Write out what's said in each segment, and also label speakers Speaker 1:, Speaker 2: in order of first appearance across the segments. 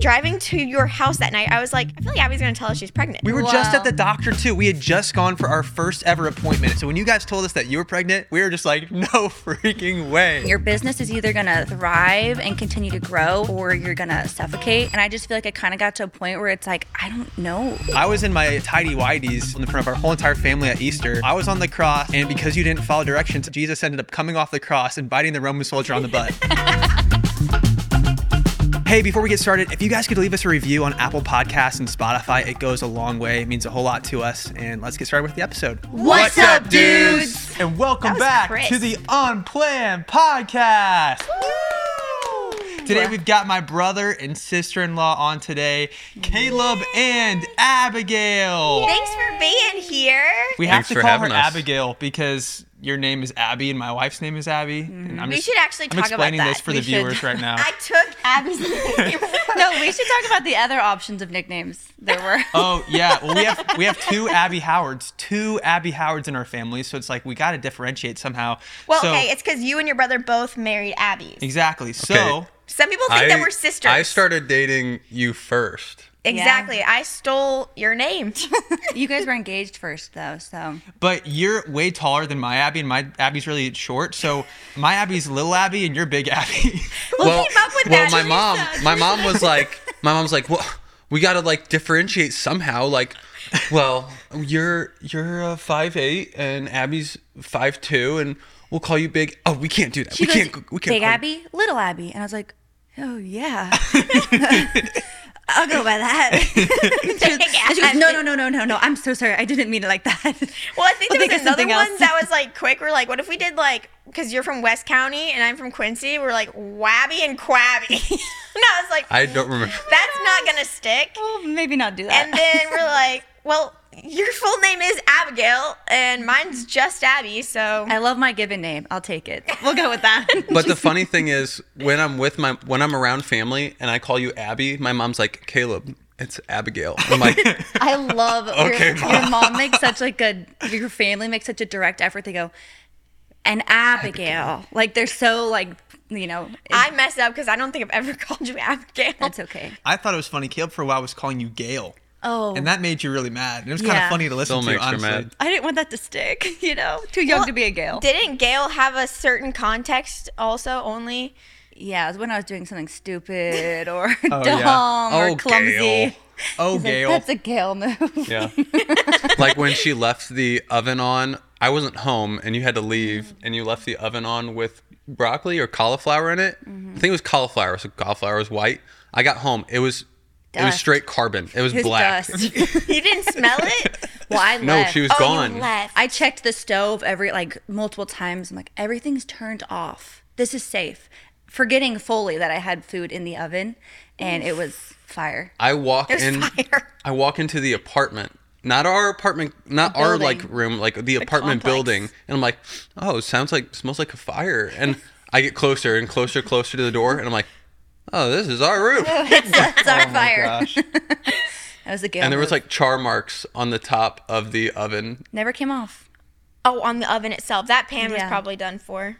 Speaker 1: Driving to your house that night, I was like, I feel like Abby's gonna tell us she's pregnant.
Speaker 2: We were just
Speaker 3: Wow.
Speaker 2: at the doctor too. We had just gone for our first ever appointment. So when you guys told us that you were pregnant, we were just like, no freaking way.
Speaker 3: Your business is either going to thrive and continue to grow or you're going to suffocate. And I just feel like I kind of got to a point where it's like, I don't know.
Speaker 2: I was in my tidy whities in front of our whole entire family at Easter. I was on the cross, and because you didn't follow directions, Jesus ended up coming off the cross and biting the Roman soldier on the butt. Hey, before we get started, if you guys could leave us a review on Apple Podcasts and Spotify, it goes a long way. It means a whole lot to us. And let's get started with the episode.
Speaker 3: What's up, dudes?
Speaker 2: And welcome
Speaker 1: was
Speaker 2: back
Speaker 1: Chris.
Speaker 2: to the Unplanned Podcast. Today we've got my brother and sister-in-law on today, Caleb and Abigail.
Speaker 1: Thanks for being here.
Speaker 2: We have
Speaker 4: Thanks
Speaker 2: to
Speaker 4: for
Speaker 2: call her
Speaker 4: having us.
Speaker 2: Abigail because your name is Abby and my wife's name is Abby. And I'm
Speaker 1: We
Speaker 2: just,
Speaker 1: should actually
Speaker 2: I'm
Speaker 1: talk about
Speaker 2: explaining this
Speaker 1: that.
Speaker 2: for
Speaker 1: We
Speaker 2: the
Speaker 3: should.
Speaker 2: viewers right now.
Speaker 1: I took Abby's name.
Speaker 3: No, we should talk about the other options of nicknames there were.
Speaker 2: oh yeah, well we have we have two Abby Howards, two Abby Howards in our family, so it's like we got to differentiate somehow.
Speaker 1: Well,
Speaker 2: so,
Speaker 1: okay, it's because you and your brother both married Abby's.
Speaker 2: exactly. So
Speaker 1: Some people think that we're sisters.
Speaker 4: I started dating you first.
Speaker 1: Exactly. I stole your name.
Speaker 3: you guys were engaged first, though. So
Speaker 2: But you're way taller than my Abby, and my Abby's really short. So my Abby's little Abby, and you're big Abby.
Speaker 1: Who came up with
Speaker 4: well,
Speaker 1: that?
Speaker 4: my
Speaker 1: Teresa?
Speaker 4: mom, my mom was like, my mom's like, well, we gotta like differentiate somehow. Like, well, you're you're uh, five eight and Abby's five two, and we'll call you big. Oh, we can't do that. we
Speaker 3: goes,
Speaker 4: can't. We
Speaker 3: Big
Speaker 4: can't. call you-
Speaker 3: Abby, Little Abby. And I was like, oh, yeah. I'll go by that. And she was- and she goes, no, no, no, no, no, no. I'm so sorry. I didn't mean it like that.
Speaker 1: Well, I think there
Speaker 3: I'll think
Speaker 1: was
Speaker 3: of
Speaker 1: another
Speaker 3: something
Speaker 1: one
Speaker 3: else.
Speaker 1: that was like quick. We're like, what if we did like, because you're from West County and I'm from Quincy. We're like Wabby and Quabby. and I was like,
Speaker 4: I don't remember.
Speaker 1: that's not gonna stick.
Speaker 3: Well, "Oh, maybe not do that.
Speaker 1: And then we're like, well, your full name is Abigail and mine's just Abby. So
Speaker 3: I love my given name. I'll take it. We'll go with that.
Speaker 4: But the funny thing is, when I'm with my, when I'm around family, and I call you Abby, my mom's like, Caleb, it's Abigail. I'm like,
Speaker 3: I love your,
Speaker 4: Okay,
Speaker 3: your mom makes such like a your family makes such a direct effort. They go, and Abigail, like they're so like you know.
Speaker 1: I messed up because I don't think I've ever called you Abigail.
Speaker 3: that's okay.
Speaker 2: I thought it was funny. Caleb for a while was calling you Gail,
Speaker 3: Oh,
Speaker 2: and that made you really mad. And it was kind
Speaker 3: Yeah.
Speaker 2: of funny to listen
Speaker 4: Still
Speaker 2: to,
Speaker 4: makes her
Speaker 2: honestly.
Speaker 4: mad.
Speaker 3: I didn't want that to stick. You know, too young
Speaker 1: Well,
Speaker 3: to be a Gail.
Speaker 1: Didn't Gail have a certain context also only?
Speaker 3: yeah, it was when I was doing something stupid or
Speaker 2: yeah.
Speaker 3: dumb or
Speaker 4: Oh,
Speaker 3: clumsy.
Speaker 4: Gail.
Speaker 2: Oh,
Speaker 3: He's like,
Speaker 2: Gail.
Speaker 3: that's a Gail move.
Speaker 4: Yeah. like when she left the oven on, I wasn't home and you had to leave
Speaker 1: Mm-hmm.
Speaker 4: and you left the oven on with broccoli or cauliflower in it.
Speaker 1: Mm-hmm.
Speaker 4: I think it was cauliflower, so cauliflower was white. I got home, it was it was
Speaker 3: Dust.
Speaker 4: straight carbon. It was
Speaker 3: His
Speaker 4: black.
Speaker 3: dust.
Speaker 1: You didn't smell it?
Speaker 3: well, I
Speaker 4: No,
Speaker 3: left.
Speaker 4: she was
Speaker 1: oh,
Speaker 4: gone.
Speaker 1: you left.
Speaker 3: I checked the stove every like multiple times. I'm like, everything's turned off. This is safe. Forgetting fully that I had food in the oven and it was fire.
Speaker 4: I walk
Speaker 1: There's
Speaker 4: in
Speaker 1: fire.
Speaker 4: I walk into the apartment. Not our apartment, not our
Speaker 3: building.
Speaker 4: like room, like the apartment
Speaker 3: complex.
Speaker 4: building. And I'm like, "Oh, sounds like smells like a fire." And I get closer and closer closer to the door and I'm like, "Oh, this is our room."
Speaker 3: It's our fire.
Speaker 2: Gosh.
Speaker 3: That was the game.
Speaker 4: and there was like char marks on the top of the oven.
Speaker 3: never came off.
Speaker 1: Oh, on the oven itself. That pan was
Speaker 3: Yeah.
Speaker 1: probably done for.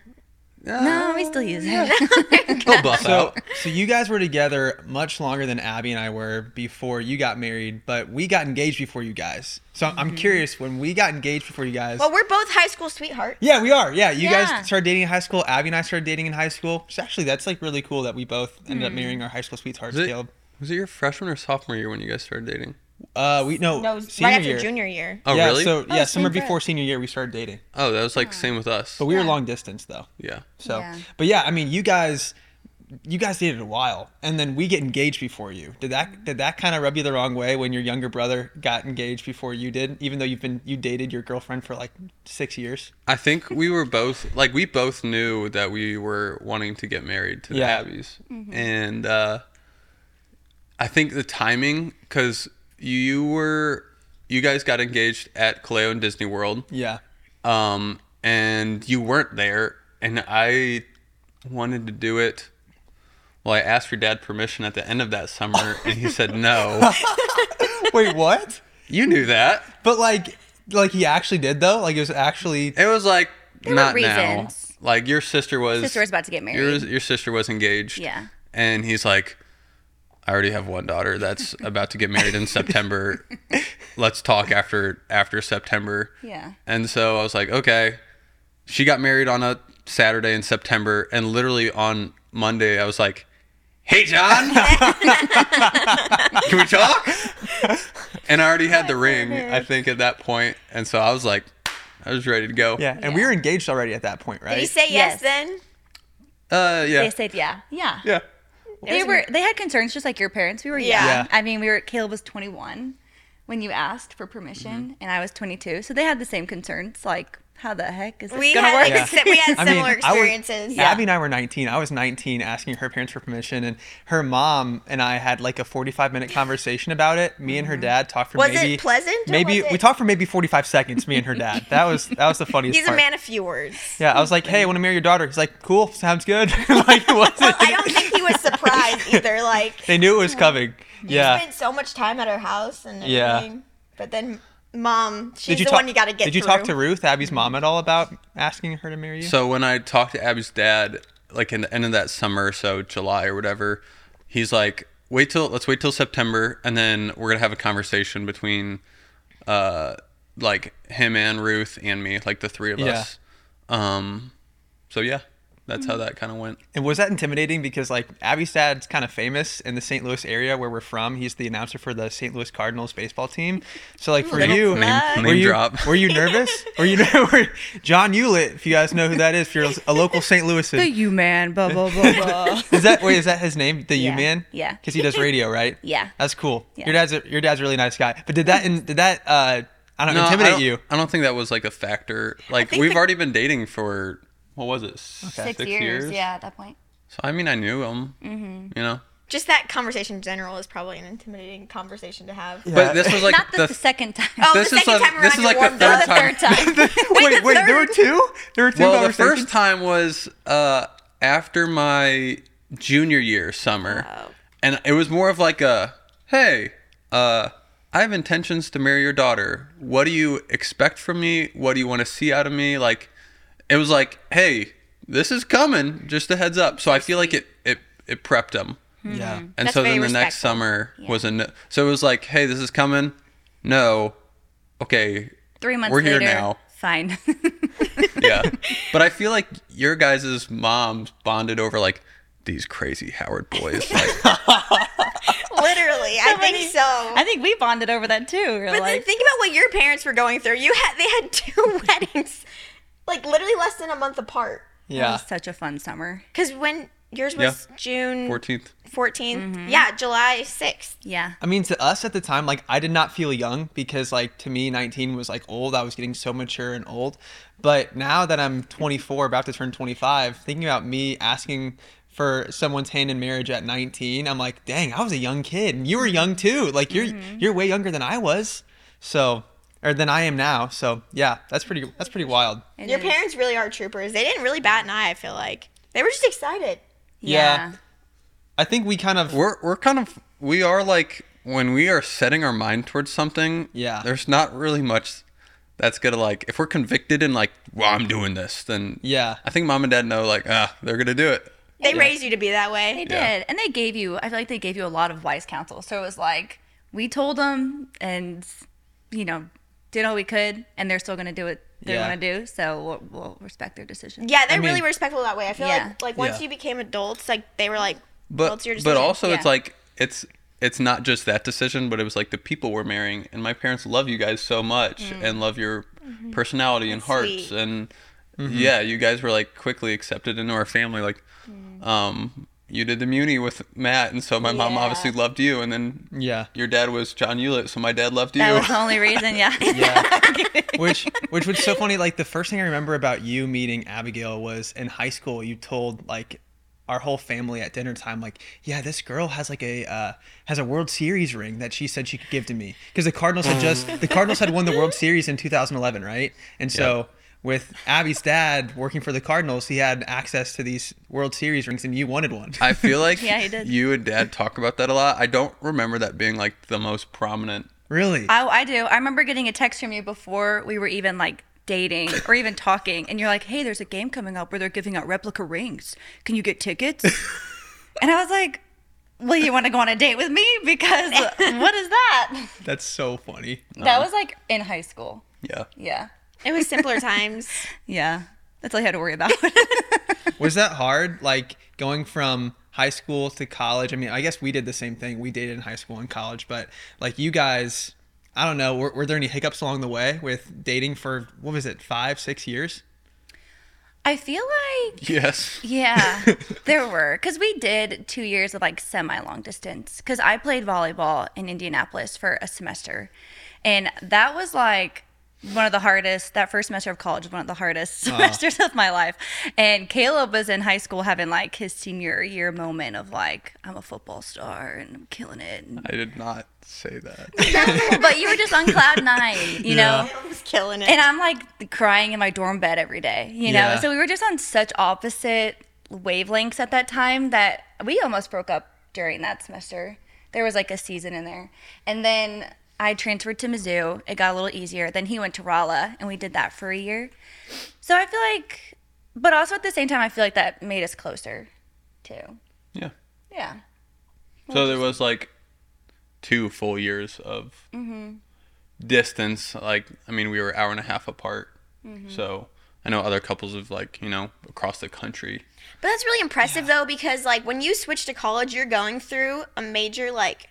Speaker 3: No, we still use it.
Speaker 4: It'll buff
Speaker 2: So,
Speaker 4: out.
Speaker 2: so you guys were together much longer than Abby and I were before you got married, but we got engaged before you guys. So I'm- I'm curious when we got engaged before you guys.
Speaker 1: Well, we're both high school sweethearts.
Speaker 2: yeah, we are. Yeah, you
Speaker 3: Yeah.
Speaker 2: guys started dating in high school. Abby and I started dating in high school. So actually, that's like really cool that we both ended up marrying our high school sweethearts.
Speaker 4: Was it,
Speaker 2: Caleb,
Speaker 4: was it your freshman or sophomore year when you guys started dating?
Speaker 2: uh, we no,
Speaker 1: No, it was
Speaker 2: senior
Speaker 1: right after
Speaker 2: year.
Speaker 1: junior year.
Speaker 4: Oh,
Speaker 2: yeah,
Speaker 4: really?
Speaker 2: so yeah,
Speaker 3: same
Speaker 2: summer
Speaker 3: for
Speaker 2: before senior year we started dating,
Speaker 4: oh, that was like same with us.
Speaker 2: but we were long distance though.
Speaker 4: yeah.
Speaker 2: So,
Speaker 3: Yeah.
Speaker 2: but yeah, I mean, you guys, you guys dated a while, and then we get engaged before you. Did that did that kind of rub you the wrong way when your younger brother got engaged before you did, even though you've been you dated your girlfriend for like six years?
Speaker 4: I think we were both like we both knew that we were wanting to get married to the
Speaker 2: Yeah.
Speaker 4: Abbeys, and uh, I think the timing because you were you guys got engaged at Kaleo and Disney World.
Speaker 2: Yeah.
Speaker 4: um, and you weren't there, and I wanted to do it. Well, I asked your dad permission at the end of that summer, and he said no.
Speaker 2: Wait, what?
Speaker 4: You knew that.
Speaker 2: But like, like he actually did though. Like it was actually.
Speaker 4: It was like
Speaker 3: were
Speaker 4: not now.
Speaker 3: reasons.
Speaker 4: Like your sister was
Speaker 3: Sister was about to get married.
Speaker 4: Your, your sister was engaged.
Speaker 3: Yeah.
Speaker 4: and he's like, I already have one daughter that's about to get married in September. Let's talk after after September.
Speaker 3: Yeah.
Speaker 4: And so I was like, okay. She got married on a Saturday in September, and literally on Monday I was like, "Hey, John, can we talk?" And I already had the ring, I think, at that point, and so I was like, I was ready to go.
Speaker 2: Yeah, and we were engaged already at that point, right?
Speaker 1: Did he say yes,
Speaker 3: Yes.
Speaker 1: then?
Speaker 4: Uh, yeah.
Speaker 3: They said yeah, yeah.
Speaker 4: yeah.
Speaker 3: They were they had concerns just like your parents. We were young.
Speaker 1: Yeah.
Speaker 2: Yeah.
Speaker 3: I mean, we were Caleb was 21 when you asked for permission, and I was 22, so they had the same concerns. Like, how the heck is this
Speaker 1: We
Speaker 3: gonna
Speaker 1: had,
Speaker 3: work?
Speaker 1: like, a si- we had
Speaker 2: I mean,
Speaker 1: similar
Speaker 2: I was-
Speaker 1: experiences.
Speaker 2: Abby and I were 19. I was 19 asking her parents for permission, and her mom and I had like a 45 minute conversation about it. Me and her dad talked for
Speaker 1: Mm-hmm. Was it
Speaker 2: maybe
Speaker 1: pleasant or
Speaker 2: Maybe
Speaker 1: was
Speaker 2: we
Speaker 1: it-
Speaker 2: talked for maybe 45 seconds. Me and her dad. That was that was the funniest.
Speaker 1: He's a
Speaker 2: part.
Speaker 1: man of few words.
Speaker 2: Yeah, I was like, "Hey, I want to marry your daughter." He's like, "Cool, sounds good." like, it wasn't.
Speaker 1: I don't think he was surprised either. Like,
Speaker 2: they knew it was coming.
Speaker 1: We
Speaker 2: Yeah.
Speaker 1: spent so much time at her house and
Speaker 2: Yeah.
Speaker 1: everything. But then, mom, she's
Speaker 2: Did you
Speaker 1: the
Speaker 2: talk?
Speaker 1: one you got to get.
Speaker 2: did you
Speaker 1: through.
Speaker 2: talk to Ruth, Abby's mom, at all about asking her to marry you?
Speaker 4: So when I talked to Abby's dad, like in the end of that summer, so July or whatever, he's like, "Wait till let's wait till September, and then we're gonna have a conversation between, uh, like him and Ruth and me, like the three of
Speaker 2: Yeah.
Speaker 4: us." Um, so yeah, that's how that kind of went.
Speaker 2: And was that intimidating? Because like Abby's dad's kind of famous in the St. Louis area where we're from. He's the announcer for the St. Louis Cardinals baseball team. So like for
Speaker 1: Little
Speaker 2: you,
Speaker 1: plug. Name-
Speaker 2: were
Speaker 4: name
Speaker 2: you
Speaker 4: drop.
Speaker 2: were you nervous? were you were, John Hewlett? If you guys know who that is, if you're a local St.
Speaker 3: the
Speaker 2: Louisan,
Speaker 3: you man, blah blah blah blah.
Speaker 2: is that wait is that his name? The
Speaker 3: Yeah.
Speaker 2: U Man?
Speaker 3: Yeah.
Speaker 2: Because he does radio, right?
Speaker 3: Yeah.
Speaker 2: That's cool.
Speaker 3: Yeah.
Speaker 2: Your dad's a, your dad's a really nice guy. But did that in, did that uh, I don't
Speaker 4: No, I
Speaker 2: intimidate
Speaker 4: don't-
Speaker 2: you?
Speaker 4: I don't think that was like a factor. Like
Speaker 1: think
Speaker 4: we've
Speaker 1: the-
Speaker 4: already been dating for what was it, six,
Speaker 3: Six, years, yeah, at that point.
Speaker 4: So I mean, I knew him, you know.
Speaker 1: Just that conversation in general is probably an intimidating conversation to have.
Speaker 2: Yeah.
Speaker 4: But this was like
Speaker 3: Not the,
Speaker 4: the
Speaker 3: the second time.
Speaker 1: Oh,
Speaker 4: This
Speaker 1: the
Speaker 4: is
Speaker 1: second
Speaker 4: like-
Speaker 1: time around,
Speaker 4: this is
Speaker 1: you
Speaker 4: like the
Speaker 1: warmed
Speaker 4: third
Speaker 1: up.
Speaker 3: Oh, the third time.
Speaker 2: wait, wait, there were two. There were two.
Speaker 4: Well, the
Speaker 2: conversations?
Speaker 4: first time was uh, after my junior year summer, and it was more of like a, "Hey, uh, I have intentions to marry your daughter. What do you expect from me? What do you want to see out of me?" Like, it was like, "Hey, this is coming. Just a heads up." So I feel like it it it prepped them,
Speaker 2: Yeah.
Speaker 4: and
Speaker 1: That's
Speaker 4: so
Speaker 1: very
Speaker 4: then the next
Speaker 1: respectful.
Speaker 4: summer was a no. So it was like, "Hey, this is coming." No, okay.
Speaker 3: Three months
Speaker 4: We're here
Speaker 3: later,
Speaker 4: now.
Speaker 3: fine.
Speaker 4: yeah. But I feel like your guys' moms bonded over like these crazy Howard boys. Like,
Speaker 1: Literally, I think so.
Speaker 3: I think we bonded over that too. We're
Speaker 1: but then
Speaker 3: like,
Speaker 1: think about what your parents were going through. You had they had two weddings, like literally less than a month apart.
Speaker 3: that
Speaker 2: Yeah.
Speaker 3: was such a fun summer.
Speaker 1: Because when yours was June
Speaker 4: 14th.
Speaker 1: 14th,
Speaker 3: Mm-hmm.
Speaker 1: yeah, July 6th.
Speaker 3: Yeah.
Speaker 2: I mean, to us at the time, like I did not feel young because, like, to me, 19 was like old. I was getting so mature and old. But now that I'm 24, about to turn 25, thinking about me asking for someone's hand in marriage at 19, I'm like, dang, I was a young kid, and you were young too. Like you're you're way younger than I was, so or than I am now. So yeah, that's pretty that's pretty wild.
Speaker 3: It
Speaker 1: Your
Speaker 3: is.
Speaker 1: parents really are troopers. They didn't really bat an eye, I feel like. They were just excited.
Speaker 2: Yeah. I think we kind of
Speaker 4: We're we're kind of we are like when we are setting our mind towards something,
Speaker 2: Yeah.
Speaker 4: There's not really much that's gonna like if we're convicted and like, well, I'm doing this, then
Speaker 2: yeah.
Speaker 4: I think mom and dad know like, ah, they're gonna do it.
Speaker 1: They raised you to be that way.
Speaker 3: They
Speaker 4: Yeah.
Speaker 3: did. And they gave you, I feel like they gave you a lot of wise counsel. So it was like, we told them and, you know, did all we could, and they're still going to do what they
Speaker 2: Yeah.
Speaker 3: want to do. So we'll, we'll respect their decision.
Speaker 1: Yeah, they're
Speaker 2: I mean-
Speaker 1: really respectful that way. I feel
Speaker 3: Yeah.
Speaker 1: like like once
Speaker 2: Yeah.
Speaker 1: you became adults, like they were like,
Speaker 4: But
Speaker 1: well, it's your
Speaker 4: but
Speaker 1: decision.
Speaker 4: also it's
Speaker 3: Yeah.
Speaker 4: like it's it's not just that decision, but it was like the people we're marrying, and my parents love you guys so much and love your personality and hearts,
Speaker 1: sweet.
Speaker 4: and yeah, you guys were like quickly accepted into our family. Like, um, you did the Muni with Matt, and so my mom
Speaker 1: Yeah.
Speaker 4: obviously loved you, and then
Speaker 2: Yeah.
Speaker 4: your dad was John Hewlett, so my dad loved you.
Speaker 3: That was the only reason. Yeah.
Speaker 2: Yeah. which which was so funny. Like the first thing I remember about you meeting Abigail was in high school. You told like our whole family at dinner time, like, yeah, this girl has like a uh, has a World Series ring that she said she could give to me because the Cardinals had just the Cardinals had won the World Series in 2011, right? And so. With Abby's dad working for the Cardinals, he had access to these World Series rings, and you wanted one.
Speaker 4: I feel like
Speaker 3: Yeah, he did.
Speaker 4: you and dad talk about that a lot. I don't remember that being like the most prominent.
Speaker 2: really?
Speaker 3: I, Oh, I do. I remember getting a text from you before we were even like dating or even talking, and you're like, "Hey, there's a game coming up where they're giving out replica rings. Can you get tickets?" and I was like, Will you want to go on a date with me? Because what is that?
Speaker 2: That's so funny.
Speaker 3: That was like in high school.
Speaker 4: Yeah.
Speaker 3: Yeah.
Speaker 1: It was simpler times.
Speaker 3: Yeah. That's all you had to worry about.
Speaker 2: Was that hard? Like going from high school to college? I mean, I guess we did the same thing. We dated in high school and college, but like you guys, I don't know, were, were there any hiccups along the way with dating for, what was it, five, six years?
Speaker 3: I feel like
Speaker 4: Yes.
Speaker 3: Yeah, there were. Because we did two years of like semi long distance. Because I played volleyball in Indianapolis for a semester. And that was like one of the hardest, that first semester of college was one of the hardest semesters of my life. And Caleb was in high school having like his senior year moment of like, I'm a football star and I'm killing it. And-
Speaker 4: I did not say that.
Speaker 3: but you were just on cloud nine, you know?
Speaker 1: I was killing it.
Speaker 3: And I'm like crying in my dorm bed every day, you know?
Speaker 2: Yeah.
Speaker 3: So we were just on such opposite wavelengths at that time that we almost broke up during that semester. There was like a season in there. And then I transferred to Mizzou. It got a little easier. Then he went to Rolla and we did that for a year. So I feel like, but also at the same time, I feel like that made us closer too.
Speaker 4: Yeah.
Speaker 3: Yeah.
Speaker 4: So there was like two full years of distance. Like, I mean, we were hour and a half apart. So I know other couples of like, you know, across the country.
Speaker 1: But that's really impressive though, because like when you switch to college, you're going through a major like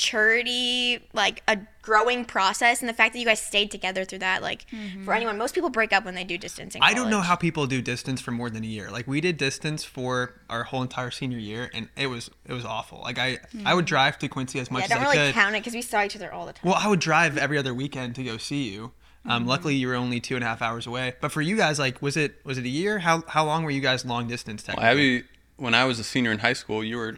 Speaker 1: maturity, like a growing process, and the fact that you guys stayed together through that, like for anyone, most people break up when they do distancing.
Speaker 2: I don't know how people do distance for more than a year. Like we did distance for our whole entire senior year, and it was it was awful. Like I I would drive to Quincy as much
Speaker 1: I
Speaker 2: as
Speaker 1: don't
Speaker 2: I
Speaker 1: really
Speaker 2: could.
Speaker 1: count Hmm. it because we saw each other all the time.
Speaker 2: Well, I would drive every other weekend to go see you. Um,
Speaker 1: Hmm.
Speaker 2: Luckily, you were only two and a half hours away. But for you guys, like, was it was it a year? How how long were you guys long distance? Technically,
Speaker 4: Abby, when I was a senior in high school, you were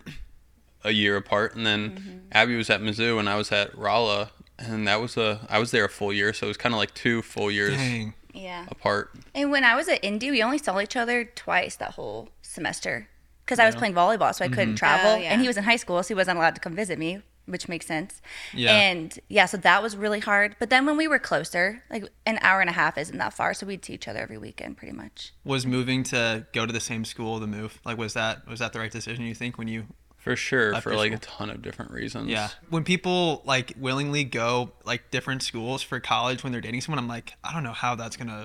Speaker 4: a year apart, and then Abby was at Mizzou and I was at Rolla, and that was a I was there a full year, so it was kind of like two full years
Speaker 2: Dang.
Speaker 3: Yeah.
Speaker 4: apart.
Speaker 3: And when I was at Indy, we only saw each other twice that whole semester because I was playing volleyball, so I couldn't travel.
Speaker 1: Oh, yeah.
Speaker 3: And he was in high school, so he wasn't allowed to come visit me, which makes sense.
Speaker 2: Yeah.
Speaker 3: And yeah, so that was really hard. But then when we were closer, like an hour and a half isn't that far, so we'd see each other every weekend pretty much.
Speaker 2: was moving to go to the same school the move like was that was that the right decision you think when you
Speaker 4: For sure, for
Speaker 2: your
Speaker 4: like a
Speaker 2: school.
Speaker 4: ton of different reasons.
Speaker 2: yeah when people like willingly go like different schools for college when they're dating someone i'm like i don't know how that's gonna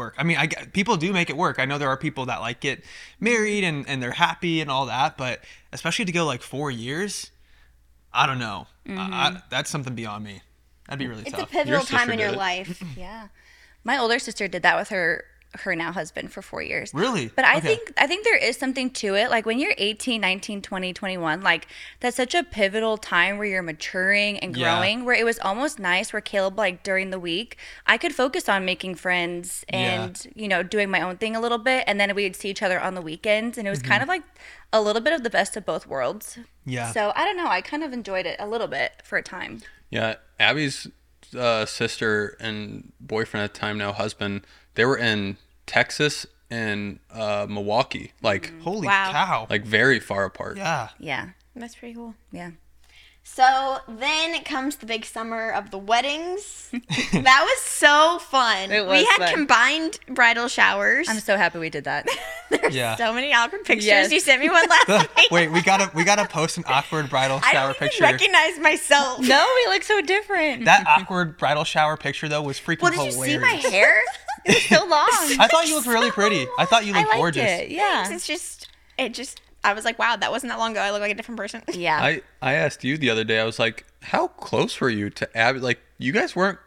Speaker 2: work i mean i g- people do make it work i know there are people that like get married and and they're happy and all that but especially to go like four years i don't know I, I, that's something beyond me that'd be really
Speaker 1: It's a
Speaker 2: tough
Speaker 1: pivotal
Speaker 4: sister
Speaker 1: time in
Speaker 4: did
Speaker 1: your
Speaker 4: it.
Speaker 1: life.
Speaker 3: Yeah. My older sister did that with her her now husband for 4 years.
Speaker 2: Really?
Speaker 3: But I
Speaker 2: Okay.
Speaker 3: think I think there is something to it. Like when you're 18, 19, 20, 21, like that's such a pivotal time where you're maturing and
Speaker 2: Yeah.
Speaker 3: growing where it was almost nice where Caleb like during the week, I could focus on making friends
Speaker 2: Yeah.
Speaker 3: and you know, doing my own thing a little bit and then we would see each other on the weekends and it was
Speaker 2: Mm-hmm.
Speaker 3: kind of like a little bit of the best of both worlds.
Speaker 2: yeah
Speaker 3: So, I don't know, I kind of enjoyed it a little bit for a time.
Speaker 4: Yeah, Abby's uh, sister and boyfriend at the time, now husband, they were in Texas and uh, Milwaukee, like
Speaker 2: holy
Speaker 1: Wow.
Speaker 2: cow
Speaker 4: like very far apart.
Speaker 2: Mm. yeah
Speaker 3: Yeah.
Speaker 1: That's pretty cool.
Speaker 3: Yeah.
Speaker 1: So then comes the big summer of the weddings. that was so fun.
Speaker 3: It
Speaker 1: we
Speaker 3: was
Speaker 1: had
Speaker 3: fun.
Speaker 1: combined bridal showers.
Speaker 3: I'm so happy we did that.
Speaker 2: yeah
Speaker 1: so many awkward pictures.
Speaker 3: Yes.
Speaker 1: You sent me one last night.
Speaker 2: wait we gotta we gotta post an awkward bridal
Speaker 1: I
Speaker 2: shower
Speaker 1: don't even
Speaker 2: picture
Speaker 1: recognize myself.
Speaker 3: no, we look so different.
Speaker 2: That awkward bridal shower picture though was freaking
Speaker 1: Well, did
Speaker 2: hilarious.
Speaker 1: you see my hair?
Speaker 3: so long.
Speaker 2: I thought you looked really pretty. I thought you
Speaker 3: I
Speaker 2: looked
Speaker 3: liked
Speaker 2: gorgeous.
Speaker 3: it. Yeah.
Speaker 1: It's just, it just, I was like, wow, that wasn't that long ago. I look like a different person.
Speaker 3: Yeah.
Speaker 4: I I asked you the other day. I was like, "How close were you to Abby? Like, you guys weren't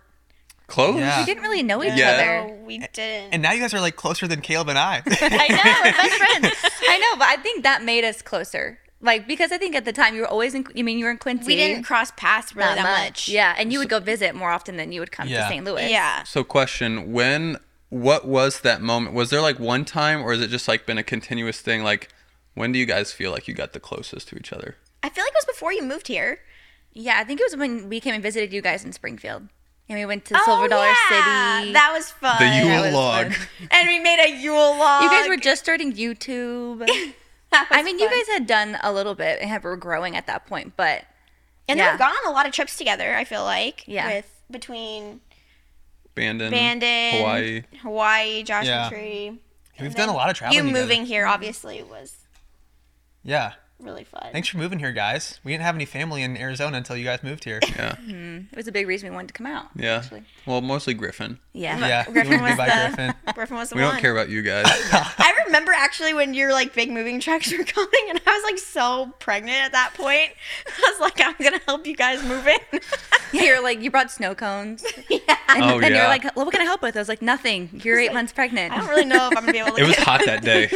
Speaker 4: close."
Speaker 2: Yeah.
Speaker 3: we didn't really know each
Speaker 4: Yeah.
Speaker 3: other.
Speaker 1: No, we didn't.
Speaker 2: And now you guys are like closer than Caleb and I.
Speaker 3: I know, we're best friends. I know, but I think that made us closer. Like because I think at the time you were always in. You mean you were in Quincy?
Speaker 1: we didn't cross paths really
Speaker 3: that,
Speaker 1: that, much.
Speaker 3: Yeah, and you would go visit more often than you would come
Speaker 2: Yeah.
Speaker 3: to St. Louis.
Speaker 1: Yeah.
Speaker 4: So, question: When? What was that moment? Was there like one time, or is it just like been a continuous thing? Like, when do you guys feel like you got the closest to each other?
Speaker 1: I feel like it was before you moved here.
Speaker 3: yeah. I think it was when we came and visited you guys in Springfield, and we went to Silver Dollar
Speaker 1: Oh, yeah.
Speaker 3: City.
Speaker 1: That was fun.
Speaker 4: The Yule
Speaker 3: Oh, was
Speaker 4: log.
Speaker 3: fun.
Speaker 1: and we made a Yule log.
Speaker 3: you guys were just starting YouTube. I mean, you guys had done a little bit and have were growing at that point, but
Speaker 1: And
Speaker 3: Yeah.
Speaker 1: they've gone on a lot of trips together, I feel like.
Speaker 3: Yeah.
Speaker 1: With between
Speaker 4: Bandon,
Speaker 1: Bandon,
Speaker 4: Mm, Hawaii.
Speaker 1: Hawaii, Joshua
Speaker 2: Yeah.
Speaker 1: Tree.
Speaker 2: We've done a lot of traveling.
Speaker 1: You
Speaker 2: together.
Speaker 1: moving here obviously was
Speaker 2: Yeah.
Speaker 1: really fun.
Speaker 2: Thanks for moving here, guys. We didn't have any family in Arizona until you guys moved here.
Speaker 4: Yeah.
Speaker 3: It was a big reason we wanted to come out.
Speaker 4: Yeah.
Speaker 3: Actually.
Speaker 4: Well, mostly Griffin.
Speaker 3: Yeah.
Speaker 2: Yeah, you
Speaker 1: Griffin
Speaker 2: wouldn't be
Speaker 1: was uh,
Speaker 2: by
Speaker 1: the-
Speaker 2: Griffin.
Speaker 1: Griffin was the
Speaker 4: We
Speaker 1: one.
Speaker 4: don't care about you guys.
Speaker 1: I remember actually when your like big moving trucks were coming, and I was like so pregnant at that point. I was like, I'm gonna help you guys move in.
Speaker 3: Yeah, You're like, you brought snow cones. And,
Speaker 4: Oh,
Speaker 3: and
Speaker 4: yeah.
Speaker 3: you're like, well, what can I help with? I was like, nothing. You're eight months pregnant.
Speaker 1: I don't really know if I'm gonna be able to.
Speaker 4: It was
Speaker 1: get-
Speaker 4: hot that day.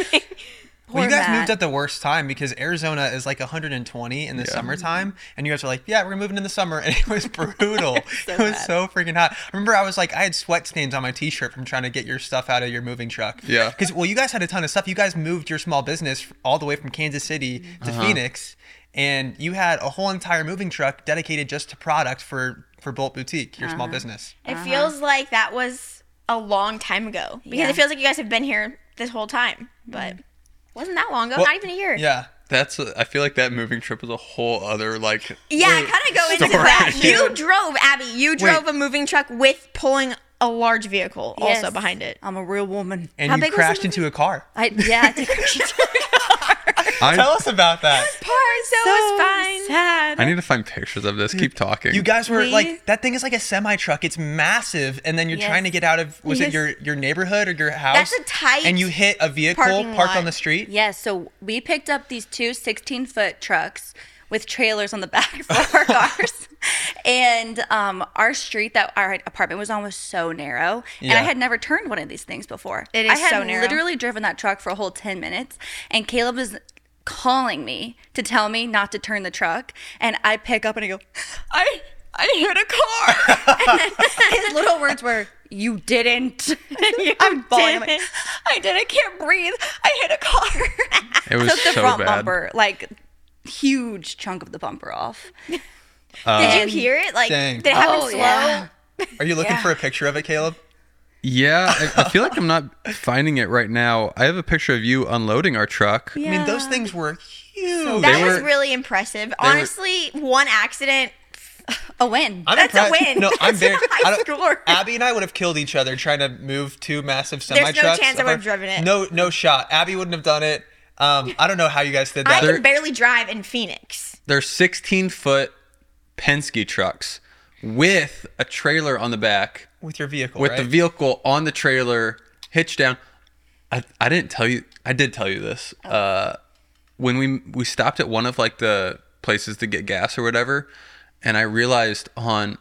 Speaker 2: Well, you
Speaker 3: Poor
Speaker 2: guys
Speaker 3: Matt.
Speaker 2: moved at the worst time because Arizona is like 120 in the summertime, and you guys were like, "Yeah, we're moving in the summer," and it was brutal. it was
Speaker 1: bad.
Speaker 2: so freaking hot. I remember, I was like, I had sweat stains on my T-shirt from trying to get your stuff out of your moving truck.
Speaker 4: Yeah.
Speaker 2: Because well, you guys had a ton of stuff. You guys moved your small business all the way from Kansas City to Phoenix, and you had a whole entire moving truck dedicated just to product for for Bolt Boutique, your
Speaker 3: Uh-huh.
Speaker 2: small business.
Speaker 1: It feels like that was a long time ago because
Speaker 3: Yeah. Mm.
Speaker 1: it feels like you guys have been here this whole time, but wasn't that long ago?
Speaker 4: Well,
Speaker 1: Not even a year.
Speaker 2: Yeah.
Speaker 4: That's. A, I feel like that moving trip was a whole other like.
Speaker 1: Yeah, I kind of go into
Speaker 4: Story.
Speaker 1: that. You drove, Abby. You drove
Speaker 2: Wait.
Speaker 1: a moving truck with pulling a large vehicle also
Speaker 3: Yes.
Speaker 1: behind it.
Speaker 3: I'm a real woman.
Speaker 2: And
Speaker 3: How
Speaker 2: you
Speaker 3: big was the
Speaker 2: crashed
Speaker 3: movie?
Speaker 2: into a car.
Speaker 3: I, yeah, I did crash into a car.
Speaker 4: I,
Speaker 2: Tell us about that.
Speaker 1: Part so,
Speaker 3: so
Speaker 1: was fine.
Speaker 3: sad.
Speaker 4: I need to find pictures of this. Keep talking.
Speaker 2: You guys were
Speaker 3: We-
Speaker 2: like that thing is like a semi truck. It's massive, and then you're
Speaker 3: Yes.
Speaker 2: trying to get out of was it
Speaker 3: Yes.
Speaker 2: your your neighborhood or your house?
Speaker 1: a tight
Speaker 2: And you hit a vehicle
Speaker 1: parking
Speaker 2: parked on
Speaker 1: lot.
Speaker 2: the street.
Speaker 3: Yeah, so we picked up these two 16 foot trucks with trailers on the back for our cars. And um, our street that our apartment was on was so narrow. And
Speaker 2: Yeah.
Speaker 3: I had never turned one of these things before.
Speaker 1: It is
Speaker 3: I had
Speaker 1: so narrow.
Speaker 3: literally driven that truck for a whole 10 minutes. And Caleb was calling me to tell me not to turn the truck. And I pick up and I go, I. I hit a car. And his little words were, "You didn't." I'm falling. I'm like,
Speaker 1: didn't.
Speaker 3: I did. I can't breathe. I hit a car.
Speaker 4: It was
Speaker 3: Took the
Speaker 4: so
Speaker 3: front
Speaker 4: bad.
Speaker 3: bumper, like huge chunk of the bumper off.
Speaker 1: Did you
Speaker 3: And-
Speaker 1: hear it? Like,
Speaker 2: Um, Dang.
Speaker 1: did it happen
Speaker 3: Oh,
Speaker 1: slow?
Speaker 3: yeah.
Speaker 2: Are you looking for a picture of it, Caleb?
Speaker 4: Yeah, I, I feel like I'm not finding it right now. I have a picture of you unloading our truck.
Speaker 2: I mean, those things were huge.
Speaker 1: That
Speaker 4: They
Speaker 1: was
Speaker 4: were-
Speaker 1: really impressive. Honestly, one accident.
Speaker 3: A win.
Speaker 2: I'm
Speaker 1: That's a
Speaker 2: impressed.
Speaker 1: win.
Speaker 2: No, I'm
Speaker 1: That's
Speaker 2: very.
Speaker 1: a high
Speaker 2: I don't-
Speaker 1: score.
Speaker 2: Abby and I would have killed each other trying to move two massive
Speaker 1: no
Speaker 2: semi trucks.
Speaker 1: chance I would have driven it.
Speaker 2: No, no shot. Abby wouldn't have done it. Um, I don't know how you guys did
Speaker 1: I
Speaker 2: that.
Speaker 1: can barely drive in Phoenix.
Speaker 4: They're 16 foot Penske trucks with a trailer on the back,
Speaker 2: with your vehicle,
Speaker 4: with
Speaker 2: right?
Speaker 4: the vehicle on the trailer hitched down. I, I didn't tell you. I did tell you this. Uh, when we we stopped at one of like the places to get gas or whatever, and I realized on,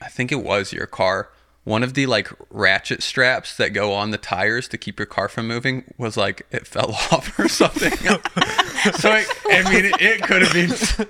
Speaker 4: I think it was your car. One of the like ratchet straps that go on the tires to keep your car from moving was like it fell off or something. so it, I mean, it, it could have been.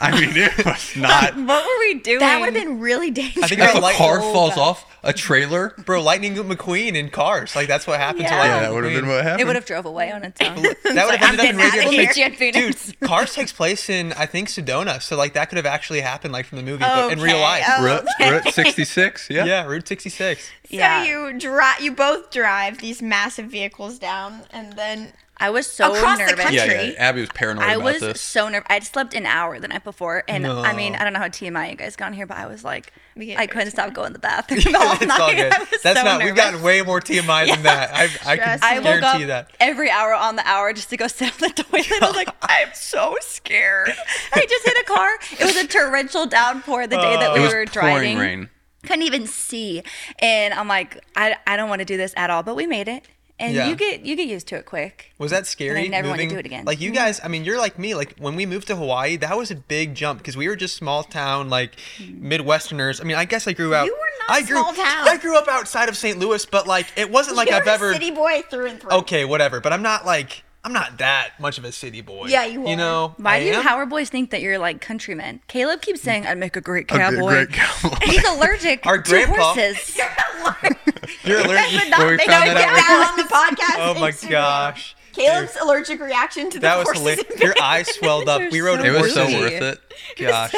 Speaker 4: I mean, it was
Speaker 3: What
Speaker 4: not.
Speaker 3: were we doing?
Speaker 1: That would have been really dangerous.
Speaker 2: think
Speaker 4: If
Speaker 2: I
Speaker 4: a
Speaker 2: like- oh,
Speaker 4: car falls off a trailer,
Speaker 2: Bro, Lightning McQueen in cars. Like that's what happened to
Speaker 3: Yeah.
Speaker 2: Lightning.
Speaker 3: Yeah,
Speaker 4: that would have
Speaker 2: McQueen.
Speaker 4: been what happened.
Speaker 3: It would have drove away on its own.
Speaker 2: That would have
Speaker 1: I'm
Speaker 2: ended up in
Speaker 1: getting outta
Speaker 2: radio.
Speaker 1: here.
Speaker 2: Like,
Speaker 3: Jet Phoenix.
Speaker 2: Dude, Cars takes place in I think Sedona, so like that could have actually happened, like from the movie, but in real
Speaker 1: Okay.
Speaker 2: life.
Speaker 1: Oh,
Speaker 4: Route, Route 66. Yeah.
Speaker 2: Yeah, Route 66.
Speaker 3: Yeah.
Speaker 1: So you drive, you both drive these massive vehicles down, and then
Speaker 3: I was so
Speaker 1: Across the
Speaker 3: nervous.
Speaker 1: country.
Speaker 4: Yeah,
Speaker 1: Tree.
Speaker 4: yeah. Abby was paranoid
Speaker 3: I
Speaker 4: about
Speaker 3: was
Speaker 4: this.
Speaker 3: so nervous. I'd slept an hour the night before, and I mean,
Speaker 2: No.
Speaker 3: I don't know how TMI you guys got on here, but I was like,
Speaker 1: We get
Speaker 3: I
Speaker 1: very
Speaker 3: couldn't stop going to the bathroom the whole
Speaker 2: It's all
Speaker 3: night.
Speaker 2: good.
Speaker 3: I was
Speaker 2: That's
Speaker 3: so
Speaker 2: not.
Speaker 3: nervous.
Speaker 2: We've gotten way more TMI than that. I, I can
Speaker 1: Stress. I
Speaker 3: I woke
Speaker 2: guarantee
Speaker 3: up
Speaker 2: you that.
Speaker 3: every hour on the hour just to go sit on the toilet. I was like, I'm so scared. I just hit a car. It was a torrential downpour the day that
Speaker 2: Oh.
Speaker 3: we
Speaker 4: Uh, it was
Speaker 3: were
Speaker 4: pouring
Speaker 3: driving.
Speaker 4: rain.
Speaker 3: Couldn't even see. And I'm like, I, I don't want to do this at all, but we made it. And
Speaker 2: Yeah.
Speaker 3: you get you get used to it quick.
Speaker 2: Was that scary?
Speaker 3: never wanna
Speaker 2: moving?
Speaker 3: do it again.
Speaker 2: Like
Speaker 1: Mm-hmm.
Speaker 2: you guys, I mean, you're like me. Like when we moved to Hawaii, that was a big jump because we were just small town, like Midwesterners. I mean, I guess I grew
Speaker 1: Mm-hmm.
Speaker 2: up.
Speaker 1: You were not
Speaker 2: I grew,
Speaker 1: small town.
Speaker 2: I grew up outside of St. Louis, but like it wasn't like
Speaker 1: you're
Speaker 2: I've
Speaker 1: a
Speaker 2: ever.
Speaker 1: city boy through and through.
Speaker 2: Okay, whatever. But I'm not like I'm not that much of a city boy.
Speaker 1: Yeah, you
Speaker 2: You
Speaker 1: are.
Speaker 2: know.
Speaker 3: Why
Speaker 2: I
Speaker 3: do you
Speaker 2: am.
Speaker 3: Howard boys think that you're like countrymen? Caleb keeps saying I'd make a great
Speaker 4: I'd be a
Speaker 3: cowboy.
Speaker 4: great cowboy.
Speaker 3: He's allergic
Speaker 2: Our
Speaker 3: to
Speaker 2: grandpa-
Speaker 3: horses.
Speaker 2: You're allergic.
Speaker 1: Would not
Speaker 4: Well, we
Speaker 1: make
Speaker 4: found
Speaker 1: it
Speaker 4: that out
Speaker 1: out on the podcast.
Speaker 2: Oh my
Speaker 1: Instagram.
Speaker 2: gosh.
Speaker 1: Caleb's allergic reaction to the
Speaker 2: That was
Speaker 1: horses
Speaker 2: hilarious.
Speaker 1: in
Speaker 2: Your
Speaker 1: bed.
Speaker 2: eyes swelled up.
Speaker 3: Those
Speaker 2: We
Speaker 3: are
Speaker 2: rode
Speaker 3: so
Speaker 4: It was so
Speaker 2: horses.
Speaker 3: Really?
Speaker 4: worth it.
Speaker 2: Gosh.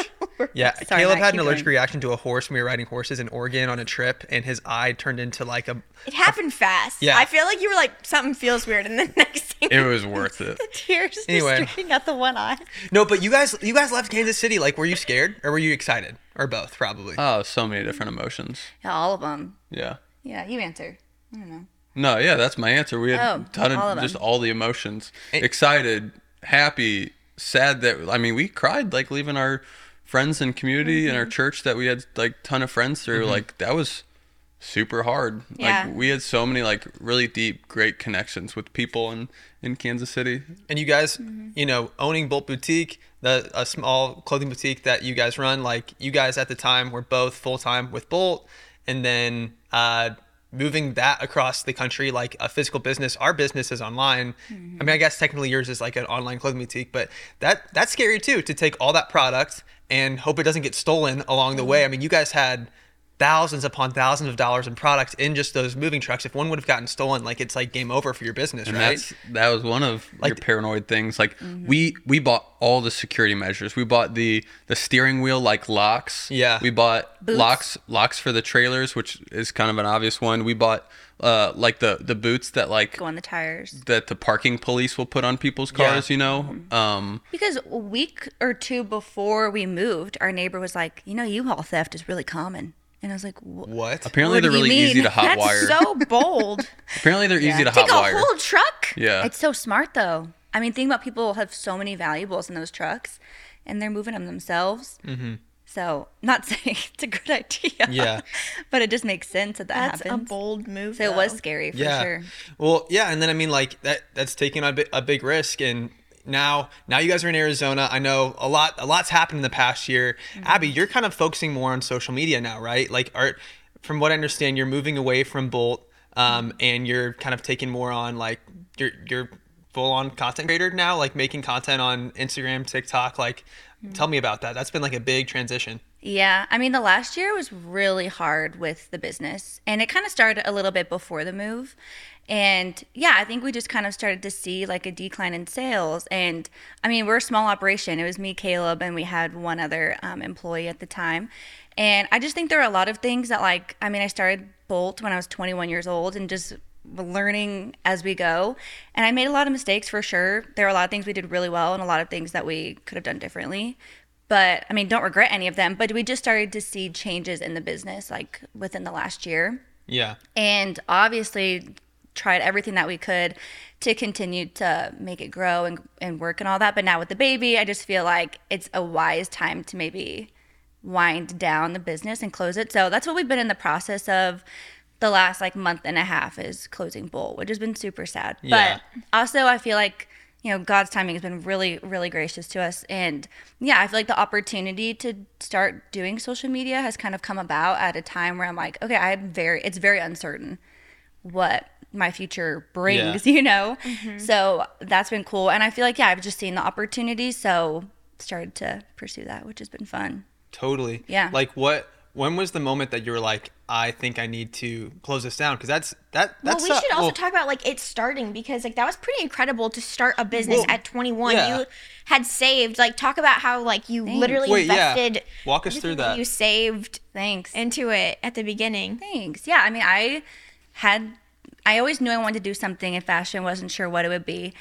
Speaker 2: Yeah.
Speaker 3: Sorry,
Speaker 2: Caleb
Speaker 3: Matt,
Speaker 2: had an
Speaker 3: keep
Speaker 2: allergic
Speaker 3: going.
Speaker 2: reaction to a horse when we were riding horses in Oregon on a trip, and his eye turned into like a.
Speaker 1: It happened fast.
Speaker 2: Yeah.
Speaker 1: I feel like you were like something feels weird, and then next thing
Speaker 4: It was worth it.
Speaker 3: Tears just
Speaker 2: Anyway.
Speaker 3: streaming out the one eye.
Speaker 2: No, but you guys, you guys left Kansas City. Like, were you scared or were you excited or both? Probably.
Speaker 4: Oh, so many different emotions.
Speaker 3: Yeah, all of them.
Speaker 4: Yeah.
Speaker 3: Yeah, you answer.
Speaker 4: No, yeah, that's my answer. We had
Speaker 3: Oh,
Speaker 4: ton of,
Speaker 3: all of 'em.
Speaker 4: just all the emotions. Excited, happy, sad that I mean we cried like leaving our friends and community
Speaker 3: Mm-hmm.
Speaker 4: and our church that we had like ton of friends through like that was super hard
Speaker 3: Yeah.
Speaker 4: like we had so many like really deep great connections with people in in Kansas City
Speaker 2: and you guys, you know, owning Bolt Boutique, the a small clothing boutique that you guys run, like you guys at the time were both full time with Bolt, and then uh, moving that across the country, like a physical business. Our business is online. I mean, I guess technically yours is like an online clothing boutique, but that that's scary too to take all that product and hope it doesn't get stolen along the way. I mean, you guys had thousands upon thousands of dollars in product in just those moving trucks if one would have gotten stolen like it's like game over for your business
Speaker 4: And
Speaker 2: right
Speaker 4: that's that was one of your
Speaker 2: Like-
Speaker 4: paranoid things. Like
Speaker 3: Mm-hmm.
Speaker 4: we we bought all the security measures. We bought the the steering wheel like locks.
Speaker 2: Yeah.
Speaker 4: We bought
Speaker 3: Boots.
Speaker 4: locks locks for the trailers, which is kind of an obvious one. We bought uh like the the boots that like
Speaker 3: Go on Mm-hmm. the tires.
Speaker 4: that the parking police will put on people's cars. You know. Um.
Speaker 3: Because a week or two before we moved, our neighbor was like, you know, U-Haul theft is really common. And I was like, "Wh-
Speaker 2: what
Speaker 4: Apparently
Speaker 3: What
Speaker 4: they're
Speaker 3: do you
Speaker 4: really
Speaker 3: mean?
Speaker 4: easy to hotwire.
Speaker 1: That's so bold.
Speaker 4: Apparently they're easy to
Speaker 1: Take a
Speaker 4: hotwire.
Speaker 1: whole truck.
Speaker 4: yeah.
Speaker 3: It's so smart though. I mean, think about people have so many valuables in those trucks, and they're moving them themselves. Mm-hmm. So, not saying it's a good idea.
Speaker 2: Yeah.
Speaker 3: but it just makes sense that that
Speaker 1: That's
Speaker 3: happens.
Speaker 1: a bold move.
Speaker 3: so it
Speaker 1: though.
Speaker 3: was scary for sure.
Speaker 2: Well, yeah, and then I mean, like that—that's taking a, bi- a big risk, and now, now you guys are in Arizona. I know a lot, a lot's happened in the past year.
Speaker 1: Mm-hmm.
Speaker 2: Abby, you're kind of focusing more on social media now, right? Like, art, from what I understand, you're moving away from Bolt,
Speaker 1: Mm-hmm.
Speaker 2: um, and you're kind of taking more on like your your full-on content creator now, like making content on Instagram, TikTok. Like,
Speaker 1: Mm-hmm.
Speaker 2: tell me about that. That's been like a big transition.
Speaker 3: Yeah. I mean, the last year was really hard with the business, and it kind of started a little bit before the move. And yeah, I think we just kind of started to see like a decline in sales. And I mean, we're a small operation. It was me, Caleb, and we had one other um, employee at the time. And I just think there are a lot of things that, like, I mean, I started Bolt when I was 21 years old and just learning as we go. And I made a lot of mistakes for sure. There are a lot of things we did really well and a lot of things that we could have done differently but I mean, don't regret any of them. But we just started to see changes in the business like within the last year,
Speaker 2: Yeah.
Speaker 3: and obviously tried everything that we could to continue to make it grow and, and work and all that. But now with the baby, I just feel like it's a wise time to maybe wind down the business and close it. So that's what we've been in the process of the last like month and a half is closing Bolt, which has been super sad.
Speaker 2: Yeah.
Speaker 3: But also I feel like you know God's timing has been really really gracious to us and yeah, I feel like the opportunity to start doing social media has kind of come about at a time where I'm like, okay, I'm very it's very uncertain what my future brings, you know? So that's been cool. And I feel like, yeah, I've just seen the opportunity. So started to pursue that, which has been fun.
Speaker 2: Totally.
Speaker 3: Yeah.
Speaker 2: Like what? When was the moment that you were like, I think I need to close this down? Because that's that.
Speaker 1: Well,
Speaker 2: That's
Speaker 1: we
Speaker 2: not-
Speaker 1: should also
Speaker 2: well,
Speaker 1: talk about like it starting because like that was pretty incredible to start a business
Speaker 2: Well,
Speaker 1: at 21.
Speaker 2: yeah.
Speaker 1: You had saved like talk about how like you literally
Speaker 2: Wait, yeah.
Speaker 1: invested.
Speaker 2: Walk us through
Speaker 1: everything
Speaker 2: that.
Speaker 1: You saved
Speaker 3: Thanks.
Speaker 1: into it at the beginning.
Speaker 3: Thanks. Yeah, I mean, I had, I always knew I wanted to do something in fashion, wasn't sure what it would be.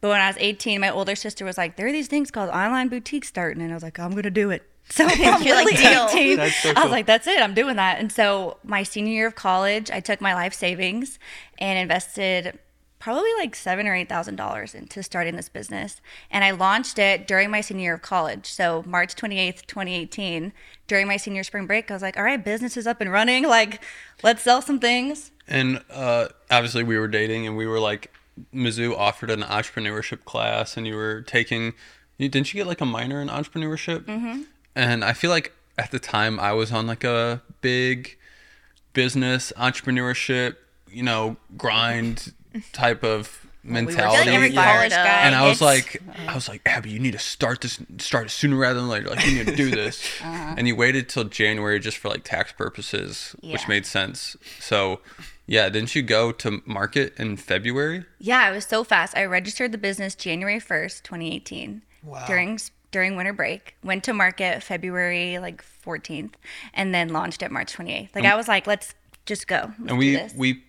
Speaker 3: But when I was 18, my older sister was like, there are these things called online boutiques starting. And I was like, I'm going to do it. So I'm
Speaker 1: You're like,
Speaker 3: really
Speaker 1: "Deal."
Speaker 3: 18.
Speaker 2: That's so
Speaker 3: I
Speaker 2: cool.
Speaker 3: was like, that's it. I'm doing that. And so my senior year of college, I took my life savings and invested probably like seven or eight thousand dollars into starting this business. And I launched it during my senior year of college. So March 28th, 2018, during my senior spring break, I was like, all right, business is up and running. Like, let's sell some things.
Speaker 4: And uh, obviously, we were dating, and we were like, Mizzou offered an entrepreneurship class, and you were taking. You, didn't you get like a minor in entrepreneurship? Mm-hmm. And I feel like at the time I was on like a big business entrepreneurship, you know, grind type of
Speaker 1: I feel
Speaker 4: mentality.
Speaker 1: like every
Speaker 2: Yeah.
Speaker 1: college
Speaker 3: Yeah.
Speaker 1: guy.
Speaker 4: and I
Speaker 1: gets-
Speaker 4: was like, I was like, Abby, you need to start this, start it sooner rather than later. Like, you need to do this.
Speaker 3: Uh-huh.
Speaker 4: And you waited till January just for like tax purposes,
Speaker 3: Yeah.
Speaker 4: which made sense. So, yeah, didn't you go to market in February?
Speaker 3: Yeah, it was so fast. I registered the business January 1st, 2018.
Speaker 2: Wow.
Speaker 3: During during winter break, went to market February like 14th and then launched it March 28th. Like I was like, let's just go. Let's
Speaker 4: and
Speaker 3: do
Speaker 4: we
Speaker 3: this.
Speaker 4: we,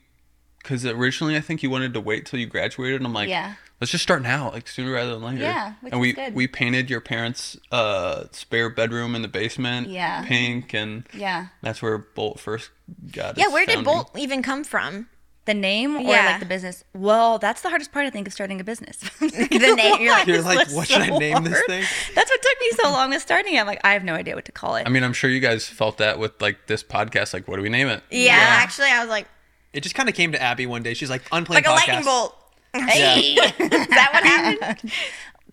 Speaker 4: because originally I think you wanted to wait till you graduated. And I'm like,
Speaker 3: Yeah.
Speaker 4: let's just start now, like sooner rather than later.
Speaker 3: Yeah, which
Speaker 4: and
Speaker 3: is
Speaker 4: we
Speaker 3: good.
Speaker 4: we painted your parents' uh, spare bedroom in the basement,
Speaker 3: Yeah.
Speaker 4: pink, and
Speaker 3: Yeah.
Speaker 4: that's where Bolt first got.
Speaker 1: yeah,
Speaker 4: its
Speaker 1: where did
Speaker 4: founding.
Speaker 1: Bolt even come from?
Speaker 3: the name or
Speaker 1: Yeah.
Speaker 3: like the business. Well, that's the hardest part I think of starting a business.
Speaker 1: The name- you're like-
Speaker 2: You're
Speaker 3: This
Speaker 2: like,
Speaker 3: was
Speaker 2: what should I
Speaker 3: so
Speaker 2: name this
Speaker 3: hard.
Speaker 2: thing?
Speaker 3: That's what took me so long with starting. it. I'm like, I have no idea what to call it.
Speaker 4: I mean, I'm sure you guys felt that with like this podcast. Like, what do we name it?
Speaker 1: Yeah, actually, I was like,
Speaker 2: It just kind of came to Abby one day. She's like,
Speaker 1: like
Speaker 2: unplanned
Speaker 1: a
Speaker 2: podcast.
Speaker 1: lightning bolt. Hey, is that what happened?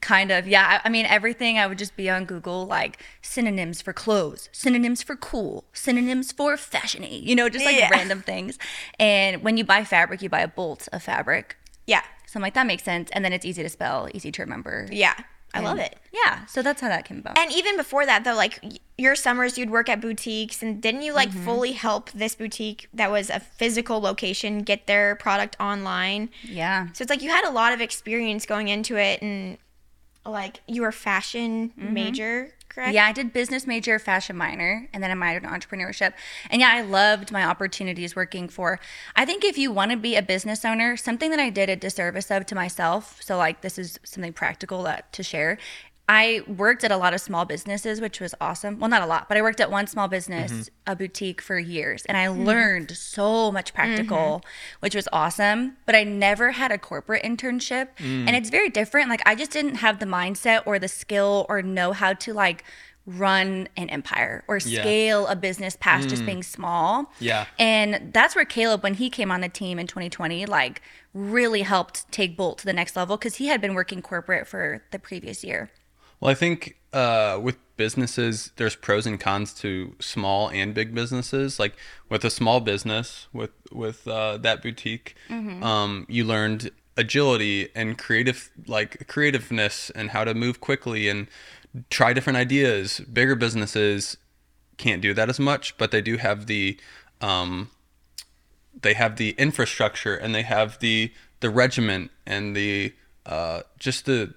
Speaker 3: kind of, yeah. I, I mean, everything I would just be on Google, like synonyms for clothes, synonyms for cool, synonyms for fashiony, you know, just like
Speaker 1: Yeah.
Speaker 3: random things. And when you buy fabric, you buy a bolt of fabric.
Speaker 1: Yeah,
Speaker 3: So I'm like, that makes sense. And then it's easy to spell, easy to remember.
Speaker 1: yeah, I
Speaker 3: And-
Speaker 1: love it.
Speaker 3: Yeah. So that's how that came about.
Speaker 1: And even before that, though, like y- your summers, you'd work at boutiques, and didn't you like fully help this boutique that was a physical location get their product online?
Speaker 3: yeah.
Speaker 1: So it's like you had a lot of experience going into it, and like you were fashion major, correct?
Speaker 3: Yeah, I did business major, fashion minor, and then I minored in entrepreneurship. And yeah, I loved my opportunities working for. I think if you want to be a business owner, something that I did a disservice of to myself. So like this is something practical that to share. I worked at a lot of small businesses, which was awesome. Well, not a lot, but I worked at one small business, a boutique for years, and I learned so much practical, which was awesome. But I never had a corporate internship, and it's very different. Like I just didn't have the mindset or the skill or know how to like run an empire or
Speaker 2: Yeah.
Speaker 3: scale a business past just being small.
Speaker 2: Yeah.
Speaker 3: And that's where Caleb, when he came on the team in 2020, like really helped take Bolt to the next level because he had been working corporate for the previous year.
Speaker 4: Well, I think uh, with businesses, there's pros and cons to small and big businesses. Like with a small business, with with uh, that boutique, um, you learned agility and creative, like creativeness, and how to move quickly and try different ideas. Bigger businesses can't do that as much, but they do have the um, they have the infrastructure and they have the the regiment and the uh, just the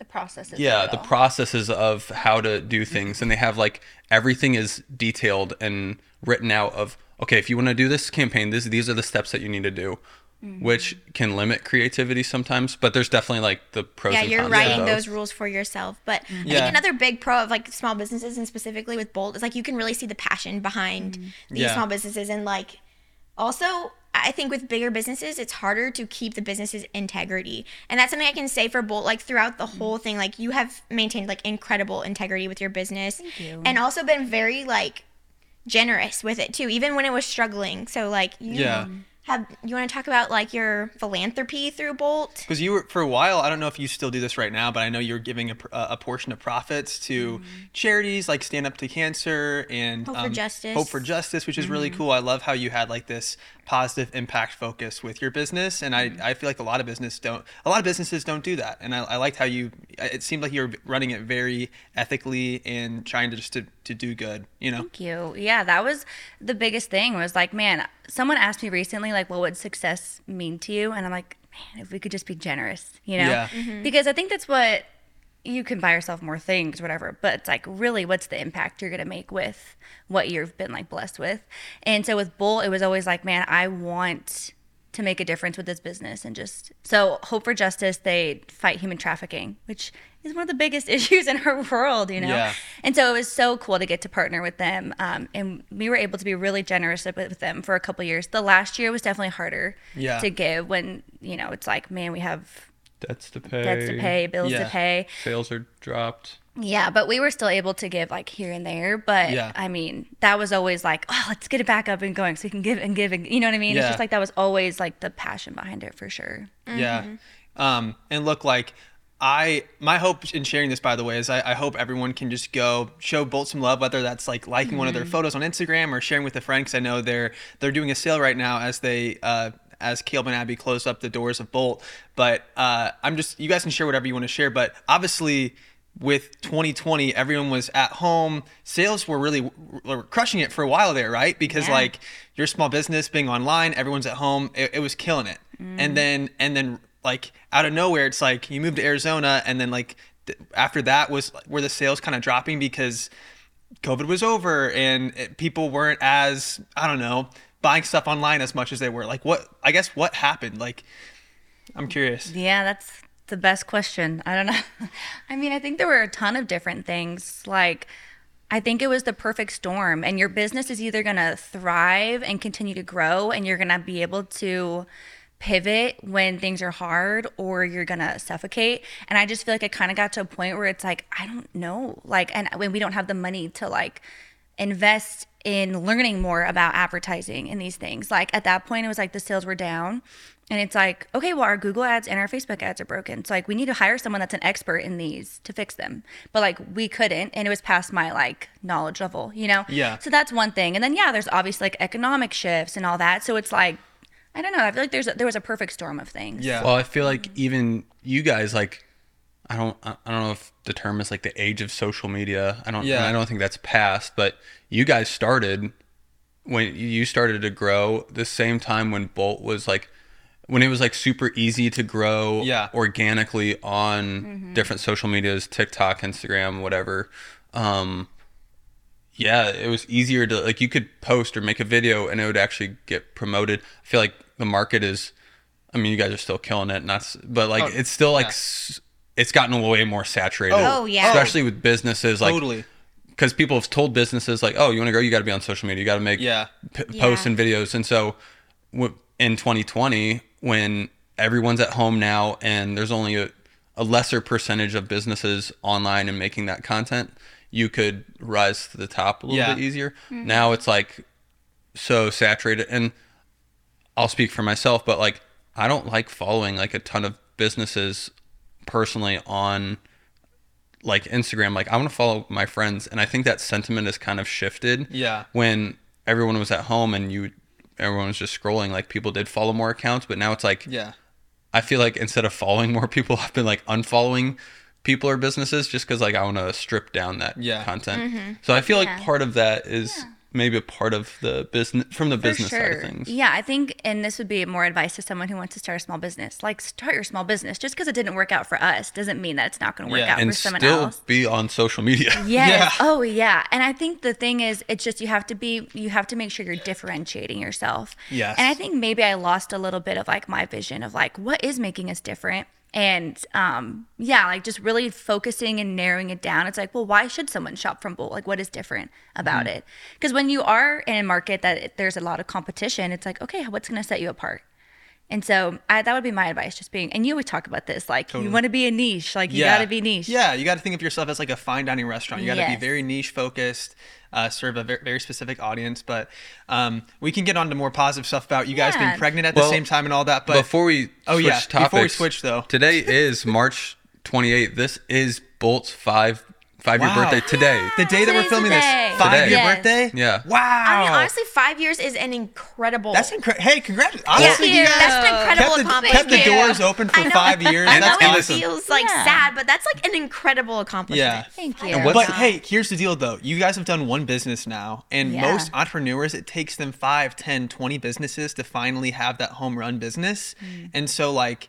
Speaker 3: The process. Is
Speaker 4: yeah the processes of how to do things and they have like everything is detailed and written out of okay if you want to do this campaign this these are the steps that you need to do which
Speaker 1: Mm-hmm.
Speaker 4: can limit creativity sometimes but there's definitely like the pros
Speaker 1: Yeah,
Speaker 4: and
Speaker 1: you're
Speaker 4: cons
Speaker 1: writing
Speaker 4: of
Speaker 1: those rules for yourself. But I
Speaker 2: Yeah.
Speaker 1: think another big pro of like small businesses and specifically with Bolt is like you can really see the passion behind these
Speaker 2: Yeah.
Speaker 1: small businesses and like also I think with bigger businesses it's harder to keep the business's integrity. And that's something I can say for Bolt like throughout the whole thing like you have maintained like incredible integrity with your business
Speaker 3: you.
Speaker 1: and also been very like generous with it too even when it was struggling. So like you
Speaker 2: Yeah.
Speaker 1: have you want to talk about like your philanthropy through Bolt?
Speaker 2: Because you were for a while, I don't know if you still do this right now, but I know you're giving a, pr- a a portion of profits to charities like Stand Up to Cancer and
Speaker 1: Mm-hmm.
Speaker 2: um,
Speaker 1: Hope for Justice. Mm-hmm.
Speaker 2: Hope for Justice, which is really cool. I love how you had like this positive impact focus with your business, and
Speaker 1: Mm-hmm.
Speaker 2: I, I feel like a lot of business don't a lot of businesses don't do that. And I, I liked how you it seemed like you were running it very ethically and trying to just to, to do good. You
Speaker 1: Mm-hmm.
Speaker 2: know,
Speaker 3: Thank you. Yeah, that was the biggest thing was like, man, someone asked me recently, like, what would success mean to you? And I'm like, man, if we could just be generous, you know?
Speaker 2: Yeah.
Speaker 3: Because I think that's what you can buy yourself more things, whatever, but it's like, really, what's the impact you're going to make with what you've been like blessed with? And so with Bull, it was always like, man, I want to make a difference with this business and just so hope for justice they fight human trafficking which is one of the biggest issues in our world you know
Speaker 2: Yeah.
Speaker 3: and so it was so cool to get to partner with them. Um, and we were able to be really generous with- with them for a couple years. The last year was definitely harder
Speaker 2: Yeah.
Speaker 3: to give when, you know, it's like, man, we have
Speaker 4: debts to pay
Speaker 3: debts to pay, bills
Speaker 2: Yeah.
Speaker 3: to pay.
Speaker 4: sales are dropped
Speaker 3: Yeah, but we were still able to give like here and there. But
Speaker 2: Yeah.
Speaker 3: I mean, that was always like, oh, let's get it back up and going so we can give and give. And, you know what I mean? It's
Speaker 2: Yeah.
Speaker 3: just like that was always like the passion behind it for sure.
Speaker 2: Yeah. Um, and look like I my hope in sharing this by the way is I, I hope everyone can just go show Bolt some love, whether that's like liking one of their photos on Instagram or sharing with a friend because I know they're they're doing a sale right now as they uh as Caleb and Abby close up the doors of Bolt. But uh I'm just you guys can share whatever you want to share, but obviously with 2020 everyone was at home sales were really were crushing it for a while there right because
Speaker 3: Yeah.
Speaker 2: like your small business being online everyone's at home it, it was killing it
Speaker 3: Mm.
Speaker 2: and then and then like out of nowhere it's like you moved to arizona and then like th- after that was where the sales kind of dropping because covid was over and it, people weren't as i don't know buying stuff online as much as they were like what i guess what happened like i'm curious
Speaker 3: Yeah, that's the best question. I don't know. I mean, I think there were a ton of different things. Like, I think it was the perfect storm. And your business is either going to thrive and continue to grow, and you're going to be able to pivot when things are hard, or you're going to suffocate. And I just feel like I kind of got to a point where it's like, I don't know. Like, and when we don't have the money to like invest in learning more about advertising and these things. Like, at that point, it was like the sales were down. And it's like, okay, well, our Google ads and our Facebook ads are broken. So, like, we need to hire someone that's an expert in these to fix them. But, like, we couldn't. And it was past my, like, knowledge level, you know?
Speaker 2: Yeah.
Speaker 3: So, that's one thing. And then, yeah, there's obviously, like, economic shifts and all that. So, it's like, I don't know. I feel like there's a, there was a perfect storm of things.
Speaker 2: Yeah.
Speaker 4: Well, I feel like even you guys like I don't I I don't know if the term is like the age of social media. I don't
Speaker 2: Yeah.
Speaker 4: yeah. I don't think that's past, but you guys started when you started to grow the same time when Bolt was like when it was like super easy to grow
Speaker 2: Yeah.
Speaker 4: organically on different social medias, TikTok, Instagram, whatever. Um yeah, it was easier to like you could post or make a video and it would actually get promoted. I feel like the market is I mean, you guys are still killing it, not s- but like it's still like s it's gotten way more saturated.
Speaker 2: Oh,
Speaker 1: Oh, yeah.
Speaker 4: Especially with businesses like
Speaker 2: totally.
Speaker 4: cuz people have told businesses like, "Oh, you want to grow, you got to be on social media. You got to make
Speaker 2: Yeah.
Speaker 4: p- posts
Speaker 1: Yeah.
Speaker 4: and videos." And so w- in 2020 when everyone's at home now and there's only a, a lesser percentage of businesses online and making that content, you could rise to the top a little
Speaker 2: Yeah. Mm-hmm.
Speaker 4: bit easier. Now it's like so saturated and I'll speak for myself, but like I don't like following like a ton of businesses personally on like Instagram. Like I want to follow my friends, and I think that sentiment has kind of shifted.
Speaker 2: Yeah.
Speaker 4: When everyone was at home and you, everyone was just scrolling. Like people did follow more accounts, but now it's like
Speaker 2: Yeah.
Speaker 4: I feel like instead of following more people, I've been like unfollowing people or businesses just because like I want to strip down that
Speaker 2: Yeah.
Speaker 4: content.
Speaker 3: Mm-hmm.
Speaker 4: So I feel like part of that is maybe a part of the business from the business side of things.
Speaker 3: Yeah, I think, and this would be more advice to someone who wants to start a small business. Like, start your small business. Just because it didn't work out for us doesn't mean that it's not going to work
Speaker 2: Yeah.
Speaker 3: out for
Speaker 4: And
Speaker 3: someone
Speaker 4: still
Speaker 3: else.
Speaker 4: be on social media.
Speaker 3: Yes.
Speaker 2: Yeah.
Speaker 3: Oh, yeah. And I think the thing is, it's just you have to be, you have to make sure you're differentiating yourself.
Speaker 2: Yes.
Speaker 3: And I think maybe I lost a little bit of like my vision of like what is making us different. And um, yeah, like just really focusing and narrowing it down. It's like, well, why should someone shop from Bolt? Like, what is different about
Speaker 2: Mm-hmm.
Speaker 3: it? Because when you are in a market that it- there's a lot of competition, it's like, okay, what's going to set you apart? And so I, that would be my advice, just being. And you would talk about this, like you want to be a niche, like you
Speaker 2: yeah.
Speaker 3: got to be niche.
Speaker 2: Yeah, you got to think of yourself as like a fine dining restaurant. You got to be
Speaker 3: Yes.
Speaker 2: very niche focused, uh, serve a very, very specific audience. But um, we can get on to more positive stuff about you guys
Speaker 3: Yeah.
Speaker 2: being pregnant at
Speaker 4: Well,
Speaker 2: the same time and all that. But
Speaker 4: before we
Speaker 2: Oh,
Speaker 4: switch
Speaker 2: yeah. Before we
Speaker 4: topics,
Speaker 2: switch, though.
Speaker 4: today is March 28th. This is Bolt's five five year
Speaker 2: Wow.
Speaker 4: birthday today.
Speaker 2: the day that we're
Speaker 3: Today's
Speaker 2: filming
Speaker 3: the
Speaker 2: this,
Speaker 3: day.
Speaker 2: five
Speaker 4: Today.
Speaker 2: year
Speaker 3: Yes.
Speaker 2: birthday.
Speaker 4: Yeah.
Speaker 2: Wow.
Speaker 1: I mean, honestly, five years is an incredible.
Speaker 2: that's incredible. Hey, congrats.
Speaker 1: Yeah,
Speaker 2: Honestly, you
Speaker 3: you.
Speaker 2: guys
Speaker 1: that's an incredible
Speaker 2: kept the,
Speaker 1: accomplishment.
Speaker 2: kept the doors open for
Speaker 1: I know-
Speaker 2: five years.
Speaker 1: I know
Speaker 2: That's
Speaker 1: it
Speaker 2: awesome.
Speaker 1: feels like
Speaker 3: Yeah.
Speaker 1: sad, but that's like an incredible accomplishment.
Speaker 2: Yeah.
Speaker 3: Thank you.
Speaker 1: And
Speaker 4: what's-
Speaker 2: But
Speaker 1: Yeah.
Speaker 2: hey, here's the deal though. You guys have done one business now, and
Speaker 3: Yeah.
Speaker 2: most entrepreneurs, it takes them five, ten, twenty businesses to finally have that home run business.
Speaker 1: Mm.
Speaker 2: And so, like,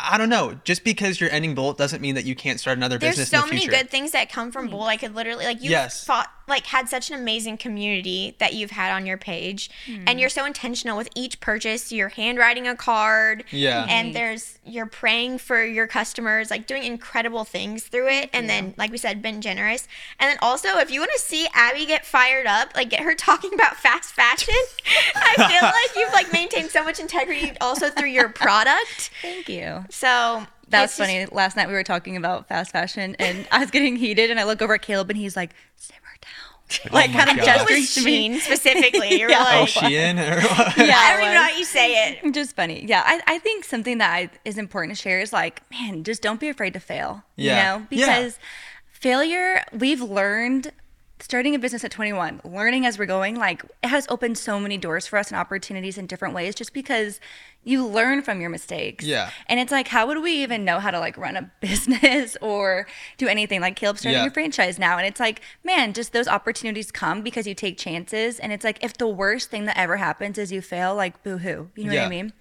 Speaker 2: I don't know, just because you're ending Bolt doesn't mean that you can't start another
Speaker 1: There's
Speaker 2: business
Speaker 1: so
Speaker 2: in the
Speaker 1: many
Speaker 2: future.
Speaker 1: good things that come from Bull. I could literally like you
Speaker 2: Yes.
Speaker 1: have fought like had such an amazing community that you've had on your page, and you're so intentional with each purchase. You're handwriting a card,
Speaker 2: Yeah.
Speaker 1: and there's you're praying for your customers, like doing incredible things through it, and then like we said, been generous, and then also if you want to see Abby get fired up, like get her talking about fast fashion, I feel like you've like maintained so much integrity also through your product.
Speaker 3: Thank you.
Speaker 1: So
Speaker 3: That was
Speaker 1: it's just-
Speaker 3: funny. Last night we were talking about fast fashion, and I was getting heated, and I look over at Caleb, and he's like, "Simmer
Speaker 1: Oh
Speaker 3: down," like kind of
Speaker 1: It
Speaker 2: God.
Speaker 3: gesturing
Speaker 1: was
Speaker 3: to me.
Speaker 1: Sheen specifically. You were
Speaker 3: Yeah.
Speaker 2: Oh,
Speaker 1: like,
Speaker 2: she in?
Speaker 3: Yeah,
Speaker 1: I don't even know
Speaker 3: it
Speaker 1: how you say it.
Speaker 3: was. Just funny. Yeah, I, I think something that I, is important to share is like, man, just don't be afraid to fail.
Speaker 2: Yeah.
Speaker 3: You know,
Speaker 2: Yeah.
Speaker 3: because failure, we've learned starting a business at 21, learning as we're going, like it has opened so many doors for us and opportunities in different ways just because you learn from your mistakes.
Speaker 2: Yeah.
Speaker 3: And it's like, how would we even know how to like run a business or do anything? Like Caleb starting
Speaker 2: Yeah.
Speaker 3: a franchise now. And it's like, man, just those opportunities come because you take chances. And it's like, if the worst thing that ever happens is you fail, like boo hoo. You know what
Speaker 2: Yeah.
Speaker 3: I mean?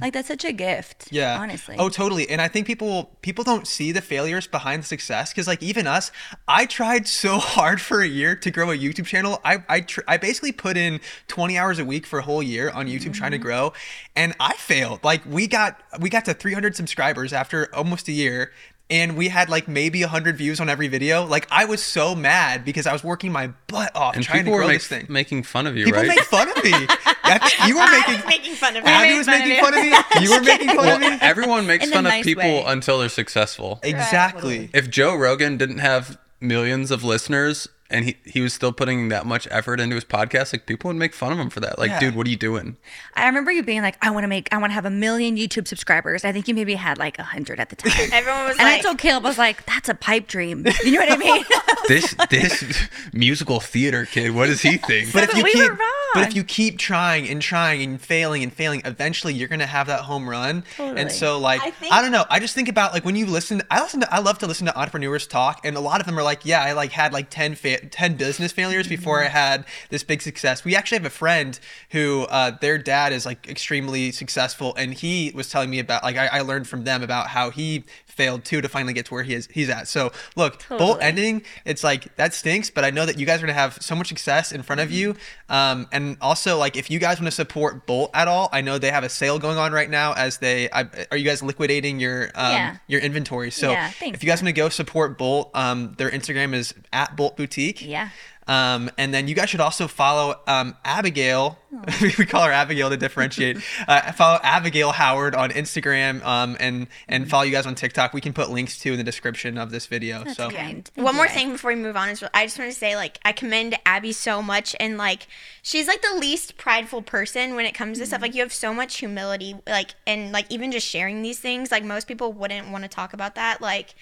Speaker 3: Like that's such a gift.
Speaker 2: Yeah.
Speaker 3: Honestly.
Speaker 2: Oh, totally. And I think people people don't see the failures behind the success because like even us, I tried so hard for a year to grow a YouTube channel. I I tr- I basically put in 20 hours a week for a whole year on YouTube trying to grow, and I failed. Like we got we got to 300 subscribers after almost a year. and we had like maybe 100 views on every video. Like I was so mad because I was working my butt off
Speaker 4: And
Speaker 2: trying to
Speaker 4: people were
Speaker 2: grow
Speaker 4: make-
Speaker 2: this thing.
Speaker 4: making fun of you,
Speaker 2: People
Speaker 4: right?
Speaker 2: make fun of me. That's- you were
Speaker 1: I was
Speaker 2: making
Speaker 1: making fun of
Speaker 2: Abby
Speaker 1: him.
Speaker 3: made
Speaker 2: was
Speaker 3: fun of
Speaker 2: making
Speaker 3: you.
Speaker 2: fun of me. You were making fun of
Speaker 4: well,
Speaker 2: me.
Speaker 4: everyone makes
Speaker 3: In a
Speaker 4: fun of
Speaker 3: nice
Speaker 4: people
Speaker 3: way.
Speaker 4: until they're successful.
Speaker 2: Exactly.
Speaker 4: If Joe Rogan didn't have millions of listeners and he, he was still putting that much effort into his podcast, like people would make fun of him for that. Like,
Speaker 2: Yeah.
Speaker 4: dude, what are you doing?
Speaker 3: I remember you being like, I want to make, I want to have a million YouTube subscribers. I think you maybe had like a hundred at the time.
Speaker 1: Everyone was
Speaker 3: and
Speaker 1: like,
Speaker 3: I told Caleb, I was like, that's a pipe dream. You know what I mean?
Speaker 4: This this musical theater kid, what does he think?
Speaker 2: But if
Speaker 3: But
Speaker 2: you
Speaker 3: we were
Speaker 2: keep, but if
Speaker 3: wrong.
Speaker 2: you keep trying and trying and failing and failing, eventually you're gonna have that home run. And
Speaker 3: Totally.
Speaker 2: so, like, I,
Speaker 1: I think-
Speaker 2: don't know. I just think about like when you listen. I listen. To, I love to listen to entrepreneurs talk, and a lot of them are like, "Yeah, I like had like 10, fa- 10 business failures before I had this big success." We actually have a friend who uh, their dad is like extremely successful, and he was telling me about like I, I learned from them about how he failed too to finally get to where he is he's at. So look, bolt
Speaker 3: Totally.
Speaker 2: ended ending, it's like that stinks, but I know that you guys are gonna have so much success in
Speaker 3: Mm-hmm.
Speaker 2: front of you. Um, and also, like, if you guys want to support Bolt at all, I know they have a sale going on right now. As they I, are you guys liquidating your um,
Speaker 3: Yeah.
Speaker 2: your inventory. So
Speaker 3: Yeah, thanks,
Speaker 2: if you guys want to go support Bolt, um, their Instagram is at Bolt Boutique.
Speaker 3: Yeah.
Speaker 2: Um, and then you guys should also follow um, Abigail. we call her Abigail to differentiate. uh, follow Abigail Howard on Instagram um, and and follow you guys on TikTok. We can put links to in the description of this video. so
Speaker 3: Kind.
Speaker 1: One more thing before we move on is I just want to say like I commend Abby so much and like she's like the least prideful person when it comes to
Speaker 3: Mm-hmm.
Speaker 1: stuff like you have so much humility like and like even just sharing these things like most people wouldn't want to talk about that like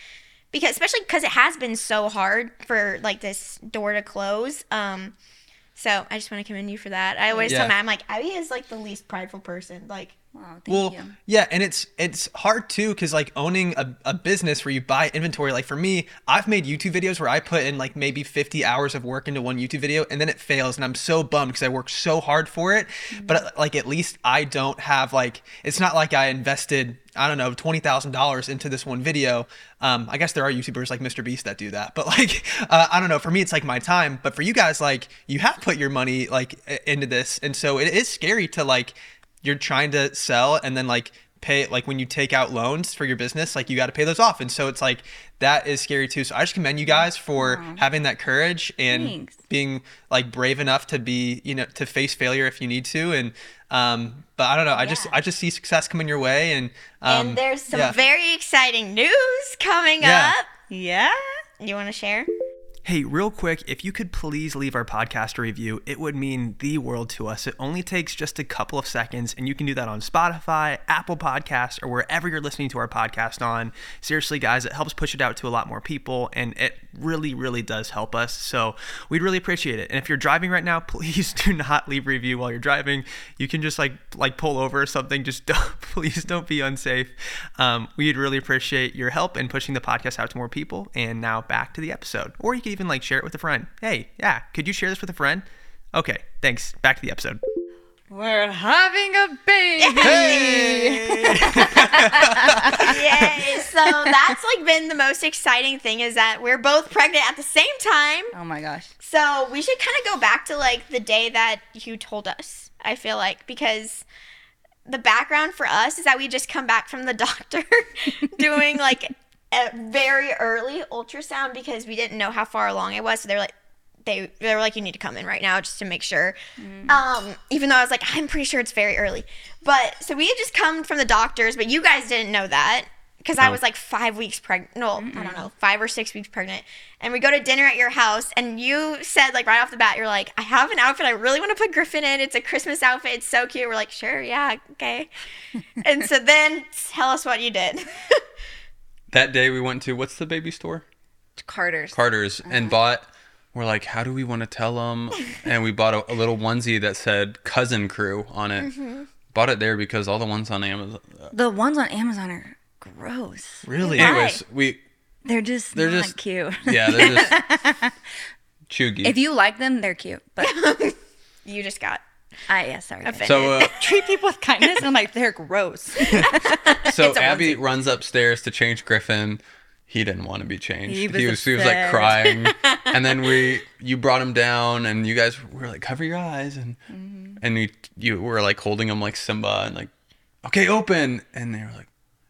Speaker 1: because especially because it has been so hard for like this door to close um so I just want to commend you for that I always
Speaker 2: Yeah.
Speaker 1: tell Matt I'm like Abby is like the least prideful person like
Speaker 3: Wow, thank
Speaker 2: well
Speaker 3: you.
Speaker 2: yeah and it's it's hard too because like owning a, a business where you buy inventory like for me i've made youtube videos where i put in like maybe 50 hours of work into one youtube video and then it fails and i'm so bummed because i worked so hard for it
Speaker 3: Mm-hmm.
Speaker 2: but like at least i don't have like it's not like i invested i don't know $20000 into this one video um, i guess there are youtubers like mr beast that do that but like uh, i don't know for me it's like my time but for you guys like you have put your money like i- into this and so it is scary to like you're trying to sell and then like pay like when you take out loans for your business like you got to pay those off and so it's like that is scary too so i just commend you guys for having that courage and
Speaker 3: Thanks.
Speaker 2: being like brave enough to be you know to face failure if you need to and um but i don't know i just i just see success coming your way and um
Speaker 1: and there's some
Speaker 2: yeah.
Speaker 1: very exciting news coming
Speaker 2: Yeah.
Speaker 1: up
Speaker 3: Yeah.
Speaker 1: you want to share
Speaker 2: Hey, real quick, if you could please leave our podcast a review, it would mean the world to us. It only takes just a couple of seconds, and you can do that on Spotify, Apple Podcasts, or wherever you're listening to our podcast on. Seriously, guys, it helps push it out to a lot more people, and it really, really does help us. So we'd really appreciate it. And if you're driving right now, please do not leave a review while you're driving. You can just like like pull over or something. Just don't, please don't be unsafe. Um, we'd really appreciate your help in pushing the podcast out to more people. And now back to the episode. Or you could even like share it with a friend. Hey, yeah, could you share this with a friend? Okay, thanks. Back to the episode.
Speaker 3: We're having a baby.
Speaker 1: Yay! So that's like been the most exciting thing is that we're both pregnant at the same time.
Speaker 3: Oh my gosh.
Speaker 1: So we should kind of go back to like the day that you told us. I feel like because the background for us is that we just come back from the doctor doing like a very early ultrasound because we didn't know how far along it was. So they're like. They, they were like you need to come in right now just to make sure um, even though i was like i'm pretty sure it's very early but so we had just come from the doctors but you guys didn't know that because i
Speaker 4: No.
Speaker 1: was like five weeks pregnant no i don't know five or six weeks pregnant and we go to dinner at your house and you said like right off the bat you're like i have an outfit i really want to put griffin in it's a christmas outfit it's so cute we're like sure yeah okay and so then tell us what you did
Speaker 4: That day we went to what's the baby store?
Speaker 3: Carter's.
Speaker 4: Carter's
Speaker 3: Uh-huh.
Speaker 4: and bought. We're like, how do we want to tell them? And we bought a, a little onesie that said "Cousin Crew" on it.
Speaker 3: Mm-hmm.
Speaker 4: Bought it there because all the ones on Amazon.
Speaker 3: the ones on Amazon are gross.
Speaker 2: Really?
Speaker 3: Why?
Speaker 4: Anyways, we
Speaker 3: They're just
Speaker 4: They're
Speaker 3: not
Speaker 4: just-
Speaker 3: cute.
Speaker 4: yeah, they're just chuggy.
Speaker 3: if you like them, they're cute. But
Speaker 1: you just got
Speaker 3: I yeah, sorry. guys.
Speaker 4: so uh,
Speaker 3: Treat people with kindness. and I'm like, they're gross.
Speaker 4: so Abby runs upstairs to change Griffin. He didn't want to be changed.
Speaker 3: He was
Speaker 4: he was like
Speaker 3: upset.
Speaker 4: crying, and then we you brought him down, and you guys were like cover your eyes, and
Speaker 3: Mm-hmm.
Speaker 4: and you you were like holding him like Simba, and like okay open, and they were like,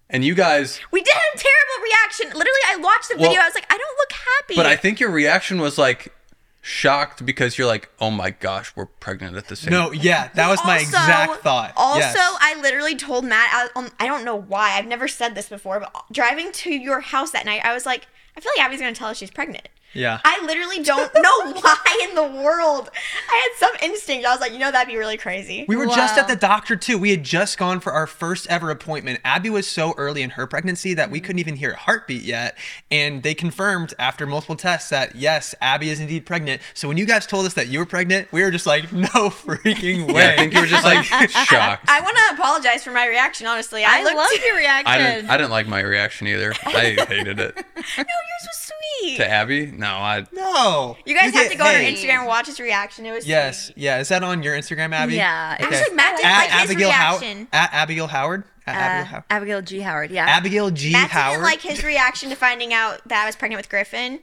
Speaker 4: and you guys
Speaker 1: we did have terrible reaction. Literally, I watched the video.
Speaker 4: Well,
Speaker 1: I was like, I don't look happy.
Speaker 4: But I think your reaction was like shocked because you're like, oh my gosh, we're pregnant at the same.
Speaker 2: No, yeah, that was my
Speaker 1: Also-
Speaker 2: exact thought.
Speaker 1: Also,
Speaker 2: Yes.
Speaker 1: I literally told Matt, I, um, I don't know why, I've never said this before, but driving to your house that night, I was like, I feel like Abby's gonna tell us she's pregnant.
Speaker 2: yeah.
Speaker 1: I literally don't know why in the world. I had some instinct. I was like, you know, that'd be really crazy.
Speaker 2: We were just
Speaker 3: Wow.
Speaker 2: at the doctor too. We had just gone for our first ever appointment. Abby was so early in her pregnancy that
Speaker 1: Mm-hmm.
Speaker 2: we couldn't even hear a heartbeat yet. And they confirmed after multiple tests that yes, Abby is indeed pregnant. So when you guys told us that you were pregnant, we were just like, no freaking way.
Speaker 4: Yeah, I think you were just like shocked.
Speaker 1: I want to apologize for my reaction, honestly. I,
Speaker 3: I
Speaker 1: looked,
Speaker 3: love your reaction.
Speaker 4: I didn't. I didn't like my reaction either. I hated it.
Speaker 1: No, yours was sweet.
Speaker 4: To Abby, no, I.
Speaker 2: no.
Speaker 1: You guys have
Speaker 2: get-
Speaker 1: to go on her
Speaker 2: hey.
Speaker 1: Instagram and watch his reaction. It was
Speaker 2: Yes.
Speaker 1: sweet.
Speaker 2: Yeah. Is that on your Instagram, Abby?
Speaker 3: Yeah, it was
Speaker 1: Actually, Matt didn't
Speaker 2: At
Speaker 1: like his
Speaker 2: Abigail Howard.
Speaker 1: reaction.
Speaker 2: At Abigail Howard. At Abigail
Speaker 3: Uh,
Speaker 2: Howard.
Speaker 3: Abigail G. Howard. Yeah.
Speaker 2: Abigail G.
Speaker 1: Matt
Speaker 2: Howard.
Speaker 1: didn't like his reaction to finding out that I was pregnant with Griffin.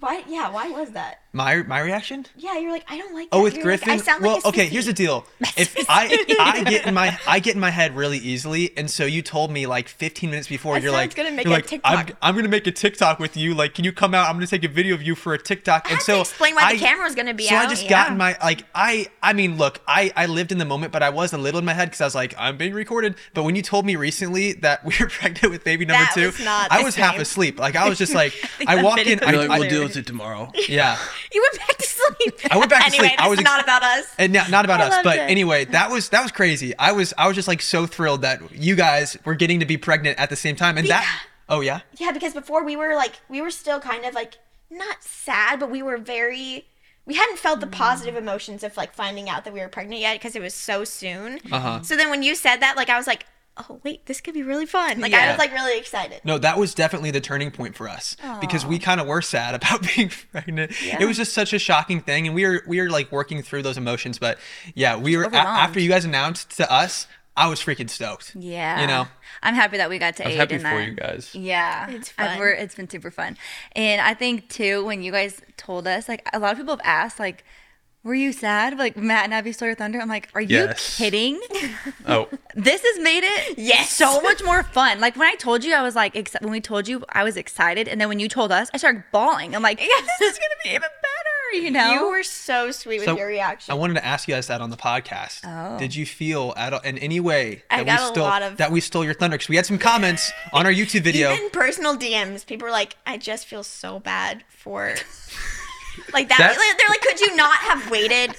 Speaker 1: Why? Yeah, why was that?
Speaker 2: my my reaction.
Speaker 1: Yeah, you're like, I don't like.
Speaker 2: Oh,
Speaker 1: that.
Speaker 2: with
Speaker 1: You're
Speaker 2: Griffin.
Speaker 1: Like, I sound
Speaker 2: well,
Speaker 1: like a
Speaker 2: okay.
Speaker 1: sissy."
Speaker 2: Here's the deal. If I I get in my I get in my head really easily, and so you told me like 15 minutes before,
Speaker 1: I
Speaker 2: you're
Speaker 1: said I
Speaker 2: like,
Speaker 1: was gonna make
Speaker 2: you're
Speaker 1: a
Speaker 2: like, I'm,
Speaker 1: TikTok.
Speaker 2: I'm gonna make a TikTok with you. Like, can you come out? I'm gonna take a video of you for a TikTok. and
Speaker 1: had to
Speaker 2: so
Speaker 1: explain why the camera was gonna be
Speaker 2: So I
Speaker 1: out,
Speaker 2: just
Speaker 1: yeah.
Speaker 2: got in my like I I mean, look, I I lived in the moment, but I was a little in my head because I was like, I'm being recorded. But when you told me recently that we were pregnant with baby number
Speaker 1: That
Speaker 2: two,
Speaker 1: was not
Speaker 2: I
Speaker 1: the
Speaker 2: was half
Speaker 1: same.
Speaker 2: asleep. Like I was just like,
Speaker 3: think
Speaker 2: I
Speaker 3: that
Speaker 2: walk
Speaker 3: video
Speaker 2: in,
Speaker 3: was
Speaker 2: I,
Speaker 4: You're like,
Speaker 2: I
Speaker 4: we'll deal with it tomorrow.
Speaker 2: yeah.
Speaker 1: You went back to sleep.
Speaker 2: I went back to
Speaker 1: anyway,
Speaker 2: sleep. I
Speaker 1: That's
Speaker 2: was ex-
Speaker 1: not about us.
Speaker 2: And not, not about
Speaker 3: I
Speaker 2: us,
Speaker 3: loved
Speaker 2: but
Speaker 3: it.
Speaker 2: anyway, that was that was crazy. I was I was just like so thrilled that you guys were getting to be pregnant at the same time, and that oh yeah,
Speaker 1: Yeah, because before we were like, we were still kind of like not sad, but we were very. We hadn't felt the positive emotions of like finding out that we were pregnant yet because it was so soon.
Speaker 2: Uh-huh.
Speaker 1: So then when you said that, like I was like, oh wait, this could be really fun. Like I
Speaker 3: Yeah.
Speaker 1: was like really excited.
Speaker 2: no, that was definitely the turning point for us because we kind of were sad about being pregnant. It was just such a shocking thing, and we were we were like working through those emotions, but yeah, we were a-
Speaker 3: Overwhelmed.
Speaker 2: after you guys announced to us, I was freaking stoked.
Speaker 3: Yeah.
Speaker 2: you know,
Speaker 3: I'm happy that we got to
Speaker 4: I was
Speaker 3: aid
Speaker 4: happy
Speaker 3: in
Speaker 4: for
Speaker 3: that.
Speaker 4: you guys.
Speaker 3: Yeah.
Speaker 1: It's
Speaker 3: I've-
Speaker 1: fun.
Speaker 3: we're- it's been super fun. And I think too, when you guys told us, like a lot of people have asked, like, were you sad? Like Matt and Abby Sawyer Thunder. I'm like, are
Speaker 4: Yes.
Speaker 3: you kidding?
Speaker 4: Oh,
Speaker 3: this has made it
Speaker 1: Yes.
Speaker 3: so much more fun. Like when I told you, I was like, ex- when we told you, I was excited, and then when you told us, I started bawling. I'm like, this is gonna be even better, you know?
Speaker 1: You were so sweet with
Speaker 2: So,
Speaker 1: your reaction.
Speaker 2: I wanted to ask you guys that on the podcast.
Speaker 3: Oh.
Speaker 2: Did you feel at all, in any way
Speaker 1: I
Speaker 2: that
Speaker 1: got
Speaker 2: we
Speaker 1: a
Speaker 2: stole
Speaker 1: lot of-
Speaker 2: that we stole your thunder? Because we had some comments on our YouTube video.
Speaker 1: Even personal DMs, people are like, I just feel so bad for. Like that,
Speaker 4: That's-
Speaker 1: like, they're like, could you not have waited?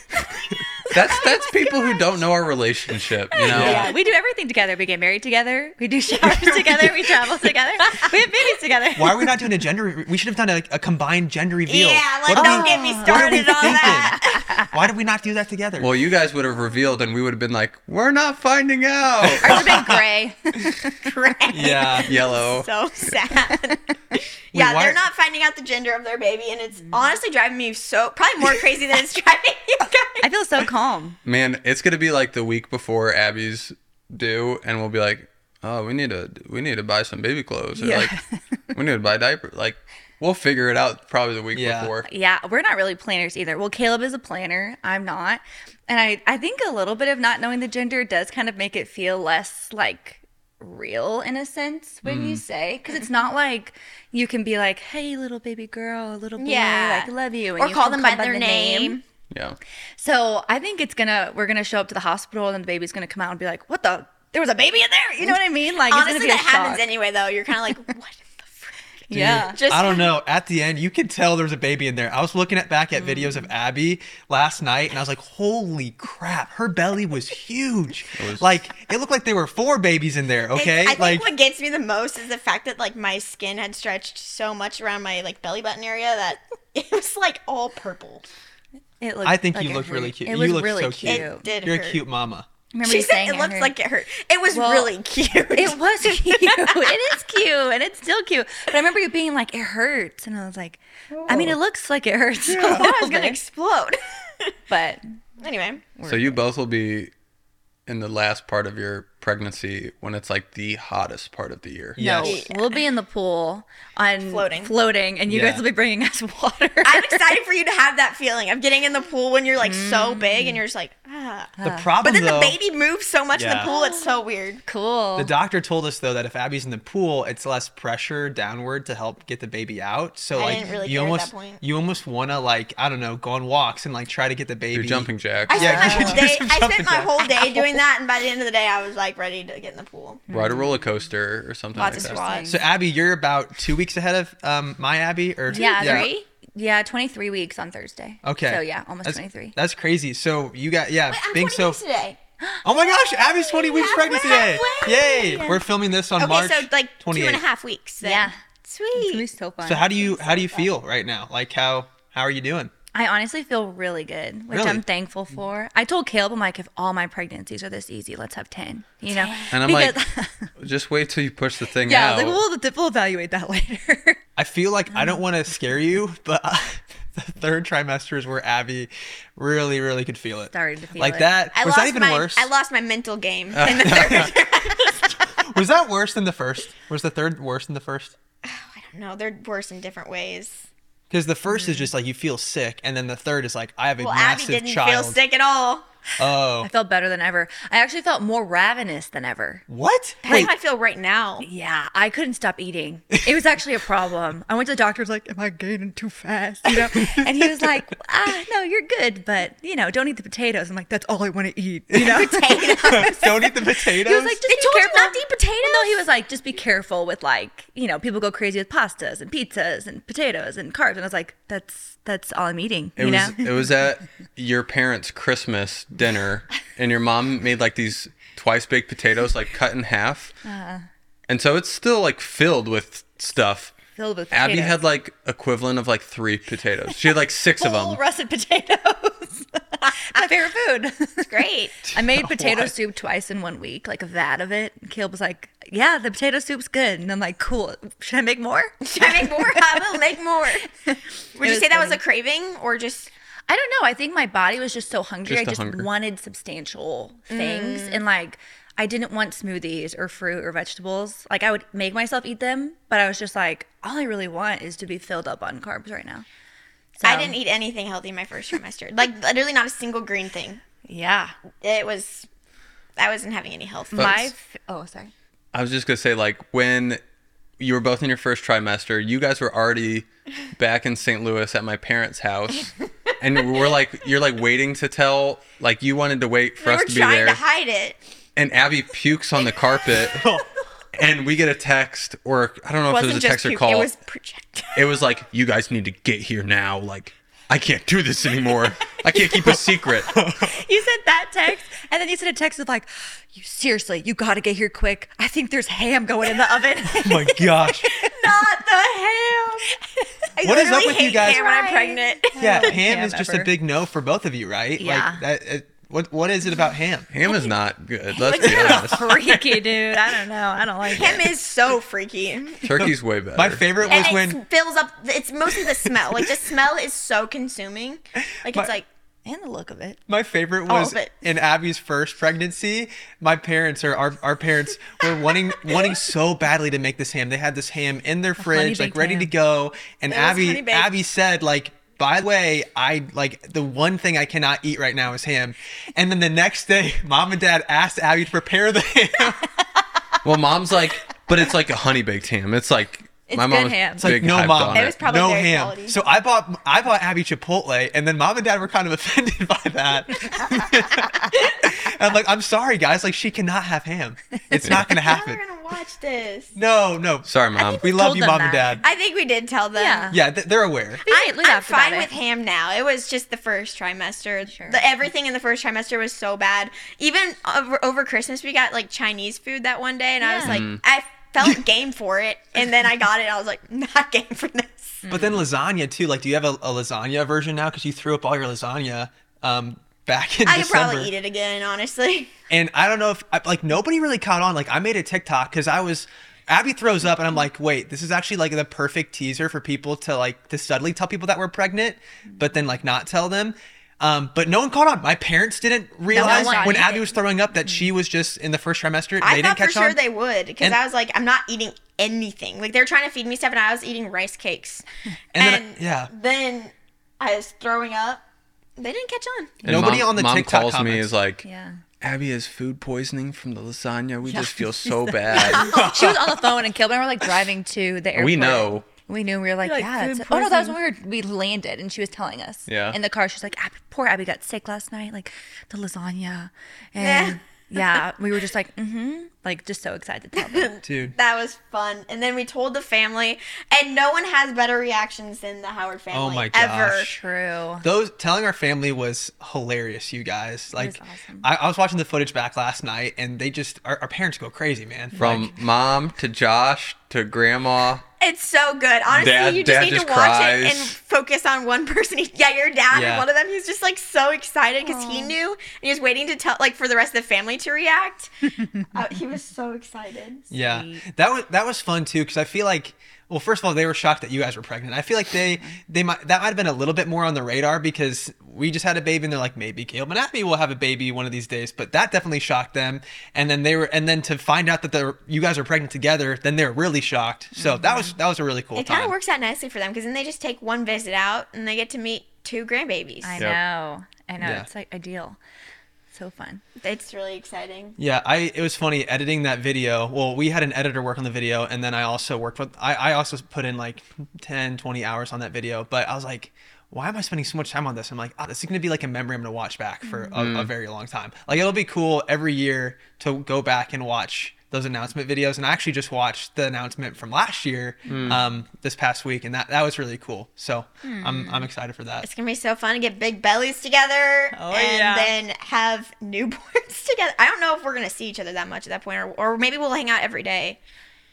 Speaker 4: that's that's people who don't know our relationship. You know,
Speaker 3: Yeah, we do everything together. We get married together. We do showers together. We travel together. We have babies together.
Speaker 2: Why are we not doing a gender? Re- we should have done a, a combined gender reveal.
Speaker 1: Yeah,
Speaker 2: What
Speaker 1: like
Speaker 2: are
Speaker 1: don't
Speaker 2: we-
Speaker 1: get me
Speaker 2: what are we
Speaker 1: started on that.
Speaker 2: thinking? Why did we not do that together?
Speaker 4: Well, you guys would have revealed, and we would have been like, "We're not finding out."
Speaker 3: Ours have been gray.
Speaker 2: yeah,
Speaker 4: Yellow.
Speaker 1: so sad. yeah,
Speaker 2: why-
Speaker 1: they're not finding out the gender of their baby, and it's honestly driving me so probably more crazy than it's driving you guys.
Speaker 3: I feel so calm.
Speaker 4: Man, it's gonna be like the week before Abby's due, and we'll be like, "Oh, we need to we need to buy some baby clothes, or
Speaker 3: Yeah.
Speaker 4: like we need to buy diaper." Like, we'll figure it out probably the week
Speaker 2: Yeah.
Speaker 4: before.
Speaker 3: Yeah, we're not really planners either. Well, Caleb is a planner. I'm not. And I, I think a little bit of not knowing the gender does kind of make it feel less like real in a sense when
Speaker 1: Mm.
Speaker 3: you say because it's not like you can be like hey little baby girl little boy
Speaker 1: Yeah.
Speaker 3: like love you and
Speaker 1: Or
Speaker 3: you
Speaker 1: call
Speaker 3: can
Speaker 1: them by their name.
Speaker 4: Yeah,
Speaker 3: So I think it's gonna we're gonna show up to the hospital and the baby's gonna come out and be like, "What the? There was a baby in there." You know what I mean? Like it's
Speaker 1: Honestly,
Speaker 3: gonna be
Speaker 1: that
Speaker 3: a
Speaker 1: happens
Speaker 3: shock.
Speaker 1: anyway, though. You're kind of like, what in the frick?
Speaker 3: yeah.
Speaker 1: Just
Speaker 2: I don't know. At the end, you could tell there was a baby in there. I was looking at back at videos of Abby last night, and I was like, "Holy crap! Her belly was huge. like it looked like there were four babies in there.
Speaker 1: It's-
Speaker 2: Okay,
Speaker 1: I think
Speaker 2: like
Speaker 1: what gets me the most is the fact that like my skin had stretched so much around my like belly button area that it was like all purple.
Speaker 3: It looked
Speaker 2: I think
Speaker 3: like
Speaker 2: you
Speaker 3: it
Speaker 2: looked
Speaker 3: hurt.
Speaker 2: really cute.
Speaker 3: It
Speaker 2: You
Speaker 3: was
Speaker 2: looked
Speaker 3: really
Speaker 2: so
Speaker 3: cute.
Speaker 2: cute.
Speaker 1: It did.
Speaker 2: you're a
Speaker 1: hurt.
Speaker 2: cute mama.
Speaker 3: Remember
Speaker 1: She
Speaker 3: you
Speaker 1: said
Speaker 3: saying
Speaker 1: it
Speaker 3: I
Speaker 1: looks
Speaker 3: heard-
Speaker 1: like it hurt. It was
Speaker 3: Well-
Speaker 1: really cute.
Speaker 3: It was cute. it is cute, and it's still cute. But I remember you being like, "It hurts," and I was like, "I mean, it looks like it hurts." a
Speaker 1: I
Speaker 3: little
Speaker 1: was gonna
Speaker 3: bit,
Speaker 1: explode.
Speaker 3: but
Speaker 1: anyway,
Speaker 4: so you both will be in the last part of your pregnancy when it's like the hottest part of the year.
Speaker 2: Yeah.
Speaker 3: No,
Speaker 2: Yes.
Speaker 3: we'll be in the pool on
Speaker 1: Floating.
Speaker 3: floating, and you
Speaker 2: Yeah.
Speaker 3: guys will be bringing us water.
Speaker 1: I'm excited for you to have that feeling of getting in the pool when you're like so big
Speaker 3: Mm.
Speaker 1: and you're just like, ah.
Speaker 2: The problem,
Speaker 1: But then
Speaker 2: though,
Speaker 1: the baby moves so much in
Speaker 2: Yeah.
Speaker 1: the pool, it's so weird.
Speaker 3: Cool.
Speaker 2: The doctor told us though that if Abby's in the pool, it's less pressure downward to help get the baby out. So
Speaker 1: I
Speaker 2: like
Speaker 1: didn't really care
Speaker 2: you
Speaker 1: at
Speaker 2: almost
Speaker 1: that point.
Speaker 2: you almost want to like I don't know go on walks and like try to get the baby.
Speaker 4: You're jumping jack.
Speaker 1: I
Speaker 2: Yeah,
Speaker 1: spent my
Speaker 2: you
Speaker 1: whole
Speaker 2: do
Speaker 1: day.
Speaker 2: some
Speaker 1: I
Speaker 2: jumping
Speaker 1: spent my
Speaker 2: jacks.
Speaker 1: whole day doing that, and by the end of the day, I was like ready to get in the pool.
Speaker 4: Ride a roller coaster or something
Speaker 1: Lots of
Speaker 4: like that.
Speaker 1: squats.
Speaker 2: So Abby, you're about two weeks ahead of um, my Abby, or
Speaker 3: yeah, three. Yeah, 23 weeks on Thursday.
Speaker 2: Okay.
Speaker 3: So yeah, almost
Speaker 2: That's-
Speaker 3: 23.
Speaker 2: That's crazy. So you got yeah,
Speaker 1: Wait, I'm
Speaker 2: big
Speaker 1: 20
Speaker 2: so.
Speaker 1: weeks today.
Speaker 2: Oh my gosh, Abby's 20 weeks
Speaker 1: Halfway,
Speaker 2: pregnant today.
Speaker 1: halfway.
Speaker 2: Yay! We're filming this on
Speaker 1: Okay,
Speaker 2: March.
Speaker 1: so like two
Speaker 2: 28th.
Speaker 1: and a half weeks. Then.
Speaker 3: Yeah.
Speaker 1: Sweet.
Speaker 3: so fun.
Speaker 2: So how do you how do you feel right now? Like how how are you doing?
Speaker 3: I honestly feel really good, which
Speaker 2: Really?
Speaker 3: I'm thankful for. I told Caleb, I'm like, if all my pregnancies are this easy, let's have 10, you know?
Speaker 4: And I'm
Speaker 3: Because-
Speaker 4: like, just wait till you push the thing
Speaker 3: yeah, I
Speaker 4: out.
Speaker 3: was like, we'll, we'll evaluate that later.
Speaker 2: I feel like I
Speaker 1: Mm.
Speaker 2: don't want to scare you, but the third trimester is where Abby really, really could feel it.
Speaker 3: Started to feel
Speaker 2: like
Speaker 3: it.
Speaker 2: that.
Speaker 1: I
Speaker 2: was
Speaker 1: lost
Speaker 2: that even
Speaker 1: my,
Speaker 2: worse? Uh.
Speaker 1: I lost my mental game. in the third.
Speaker 2: was that worse than the first? Was the third worse than the first?
Speaker 1: I don't know. They're worse in different ways.
Speaker 2: Because the 1st is just like you feel sick, and then the third is like I have a
Speaker 1: Mm. Well, Abby
Speaker 2: massive
Speaker 1: didn't feel
Speaker 2: child.
Speaker 1: sick at all.
Speaker 2: Oh,
Speaker 3: I felt better than ever. I actually felt more ravenous than ever.
Speaker 2: what?
Speaker 1: That's how I feel right now.
Speaker 3: Yeah, I couldn't stop eating. It was actually a problem. I went to the doctor. I was like, "Am I gaining too fast?" You know, and he was like, "Ah, no, you're good, but you know, don't eat the potatoes." I'm like, "That's all I want to eat." You know,
Speaker 1: Potatoes.
Speaker 2: don't eat the potatoes.
Speaker 3: He was like, "Just
Speaker 1: They
Speaker 3: be
Speaker 1: told you
Speaker 3: careful."
Speaker 1: not to eat potatoes?
Speaker 3: Well, no, he was like, "Just be careful with like, you know, people go crazy with pastas and pizzas and potatoes and carbs." And I was like, "That's that's all I'm eating."
Speaker 4: It
Speaker 3: you
Speaker 4: was
Speaker 3: know,
Speaker 4: it was at your parents' Christmas dinner, and your mom made like these twice baked potatoes, like cut in half, and so it's still like filled with stuff.
Speaker 3: filled with
Speaker 4: Abby
Speaker 3: potatoes.
Speaker 4: had like equivalent of like three potatoes. She had like six of
Speaker 3: full
Speaker 4: them.
Speaker 3: russet potatoes. My favorite food. It's
Speaker 1: Great.
Speaker 3: I made potato
Speaker 2: What?
Speaker 3: soup twice in one week, like a vat of it. And Caleb was like, "Yeah, the potato soup's good," and I'm like, "Cool. Should I make more?"
Speaker 1: Should I make more? I will make more. Would
Speaker 3: It
Speaker 1: you
Speaker 3: was
Speaker 1: say that was
Speaker 3: funny.
Speaker 1: a craving or just
Speaker 3: I don't know. I think my body was just so hungry.
Speaker 4: Just
Speaker 3: I
Speaker 4: the
Speaker 3: just
Speaker 4: hunger.
Speaker 3: wanted substantial things, and like I didn't want smoothies or fruit or vegetables. Like I would make myself eat them, but I was just like, all I really want is to be filled up on carbs right now. So,
Speaker 1: I didn't eat anything healthy my first trimester. Like literally not a single green thing.
Speaker 3: Yeah,
Speaker 1: It was I wasn't having any health.
Speaker 3: my. F- oh, sorry.
Speaker 4: I was just gonna say like when you were both in your first trimester, you guys were already back in St. Louis at my parents' house, and we're like you're like waiting to tell like you wanted to wait for
Speaker 1: we
Speaker 4: us
Speaker 1: were
Speaker 4: to be
Speaker 1: trying
Speaker 4: there.
Speaker 1: to hide it.
Speaker 4: and Abby pukes on the carpet,
Speaker 2: Oh
Speaker 4: and we get a text, or I don't know if it was a text or
Speaker 1: puke,
Speaker 4: call.
Speaker 1: It was projectile.
Speaker 4: like, you guys need to get here now. Like, I can't do this anymore. I can't keep a secret.
Speaker 3: You sent that text, and then you sent a text of like, "You seriously, you got to get here quick. I think there's ham going in the oven."
Speaker 2: oh my gosh.
Speaker 1: not the ham. I
Speaker 2: What is up
Speaker 1: literally
Speaker 2: with you
Speaker 1: hate
Speaker 2: guys?
Speaker 1: Ham when I'm pregnant.
Speaker 2: Yeah,
Speaker 3: ham
Speaker 2: ham is just
Speaker 3: ever.
Speaker 2: a big no for both of you, right?
Speaker 3: Yeah.
Speaker 2: Like that. It, what what is it about ham?
Speaker 4: Ham is not good. Let's be honest.
Speaker 3: Freaky dude. I don't know. I don't like
Speaker 1: Ham
Speaker 3: it.
Speaker 1: is so freaky.
Speaker 4: Turkey's way better.
Speaker 2: My favorite was
Speaker 1: And it
Speaker 2: when
Speaker 1: fills up. It's mostly the smell. Like the smell is so consuming. Like
Speaker 2: My-
Speaker 1: it's like
Speaker 3: And the look of it.
Speaker 2: My favorite
Speaker 1: All
Speaker 2: was
Speaker 1: of it.
Speaker 2: in Abby's first pregnancy. My parents or our, our parents were wanting wanting so badly to make this ham. They had this ham in their fridge, like
Speaker 3: honey-baked
Speaker 2: ready to
Speaker 3: ham.
Speaker 2: go. And
Speaker 1: It was
Speaker 2: Abby
Speaker 1: honey-baked.
Speaker 2: Abby said like by the way, I like the one thing I cannot eat right now is ham. And then the next day, mom and dad asked Abby to prepare the ham.
Speaker 4: Well, mom's like, but it's like a honey baked ham. It's like my
Speaker 3: good
Speaker 4: mom's
Speaker 3: ham.
Speaker 2: It's like
Speaker 4: big
Speaker 2: no
Speaker 4: hyped
Speaker 2: mom,
Speaker 4: on it.
Speaker 1: was probably
Speaker 2: no
Speaker 1: very
Speaker 2: ham.
Speaker 1: quality.
Speaker 2: So I bought I bought Abby Chipotle, and then mom and dad were kind of offended by that. And I'm like, I'm sorry, guys. Like she cannot have ham. It's not gonna
Speaker 1: how
Speaker 2: happen.
Speaker 1: are "Oh, gonna watch this?
Speaker 2: No, no.
Speaker 4: Sorry, mom.
Speaker 2: We
Speaker 3: we
Speaker 2: love
Speaker 3: told
Speaker 2: you,
Speaker 3: them
Speaker 2: mom and dad.
Speaker 3: that.
Speaker 1: I think we did tell them.
Speaker 3: Yeah.
Speaker 2: yeah, th- they're aware.
Speaker 1: I,
Speaker 3: We
Speaker 1: am
Speaker 3: laughed about
Speaker 1: fine
Speaker 3: it.
Speaker 1: with ham now. It was just the first trimester. The, everything in the first trimester was so bad. Even over, over Christmas, we got like Chinese food that one day, and I was
Speaker 3: Yeah.
Speaker 1: like,
Speaker 2: Mm-hmm.
Speaker 1: I felt game for it, and then I got it. and I was like, not game for this.
Speaker 2: But then lasagna too. Like, do you have a, a lasagna version now? Because you threw up all your lasagna um, back in
Speaker 1: I could
Speaker 2: December.
Speaker 1: probably eat it again, honestly.
Speaker 2: And I don't know if I- like nobody really caught on. Like I made a TikTok because I was Abby throws up and I'm like, wait, this is actually like the perfect teaser for people to like to subtly tell people that we're pregnant, but then like not tell them. Um, but no one caught on. My parents didn't realize
Speaker 1: one
Speaker 2: when
Speaker 5: did.
Speaker 2: Abby was throwing up that she was just in the first trimester.
Speaker 1: I
Speaker 2: they
Speaker 1: thought
Speaker 2: didn't
Speaker 1: for
Speaker 2: catch
Speaker 1: sure
Speaker 2: on.
Speaker 1: they would because
Speaker 2: And-
Speaker 1: I was like, I'm not eating anything. Like they're trying to feed me stuff, and I was eating rice cakes.
Speaker 2: And then I- yeah.
Speaker 1: Then I was throwing up. They didn't catch on.
Speaker 4: And
Speaker 2: Nobody
Speaker 4: mom,
Speaker 2: on the
Speaker 4: mom
Speaker 2: TikTok
Speaker 4: calls me
Speaker 2: comments.
Speaker 4: is like,
Speaker 5: Yeah.
Speaker 4: Abby has food poisoning from the lasagna. We just feel so bad.
Speaker 3: She was on the phone and Kilburn were like driving to the airport.
Speaker 4: We know.
Speaker 3: We knew. We were like,
Speaker 5: You're like,
Speaker 3: yeah.
Speaker 5: "Food
Speaker 3: it's- Oh no, that was when we were, we landed and she was telling us.
Speaker 4: Yeah.
Speaker 3: In the car, she's like, Abby, poor Abby got sick last night, like the lasagna,
Speaker 1: Yeah.
Speaker 3: and yeah, we were just like, mm-hmm, like just so excited to tell them.
Speaker 2: Dude.
Speaker 1: That was fun. And then we told the family, and no one has better reactions than the Howard family.
Speaker 2: Oh my
Speaker 1: Ever.
Speaker 2: gosh.
Speaker 3: True.
Speaker 2: Those telling our family was hilarious, you guys. Like
Speaker 3: awesome.
Speaker 2: I, I was watching the footage back last night and they just our, our parents go crazy, man.
Speaker 4: From
Speaker 2: Like,
Speaker 4: mom to Josh to grandma.
Speaker 1: It's so good. Honestly,
Speaker 4: Dad-
Speaker 1: you just
Speaker 4: dad
Speaker 1: need
Speaker 4: just
Speaker 1: to watch it
Speaker 4: cries.
Speaker 1: and focus on one person. Yeah, your dad
Speaker 2: Yeah.
Speaker 1: is one of them. He's just like so excited because he knew and he was waiting to tell, like, for the rest of the family to react. Uh, he was so excited.
Speaker 2: Yeah, that was that was fun too because I feel like well, first of all, they were shocked that you guys were pregnant. I feel like they they might that might have been a little bit more on the radar because we just had a baby and they're like maybe Caleb and Abby will have a baby one of these days, but that definitely shocked them. And then they were and then to find out that they you guys are pregnant together, then they're really shocked. So that was that was a really cool
Speaker 1: It kind
Speaker 2: time.
Speaker 1: of works out nicely for them because then they just take one visit out and they get to meet two grandbabies.
Speaker 3: I
Speaker 4: Yep.
Speaker 3: know. I know.
Speaker 2: Yeah.
Speaker 3: It's like ideal. So fun.
Speaker 1: It's really exciting.
Speaker 2: Yeah, I it was funny editing that video. Well, we had an editor work on the video and then I also worked with I, I also put in like 10, 20 hours on that video, but I was like, why am I spending so much time on this? I'm like, ah, this is gonna be like a memory I'm gonna watch back for a, a very long time. Like it'll be cool every year to go back and watch those announcement videos. And I actually just watched the announcement from last year, um, this past week, and that, that was really cool. So I'm I'm excited for that.
Speaker 1: Hmm. It's gonna be so fun to get big bellies together
Speaker 5: Oh,
Speaker 1: and
Speaker 5: yeah.
Speaker 1: then have newborns together. I don't know if we're gonna see each other that much at that point, or, or maybe we'll hang out every day.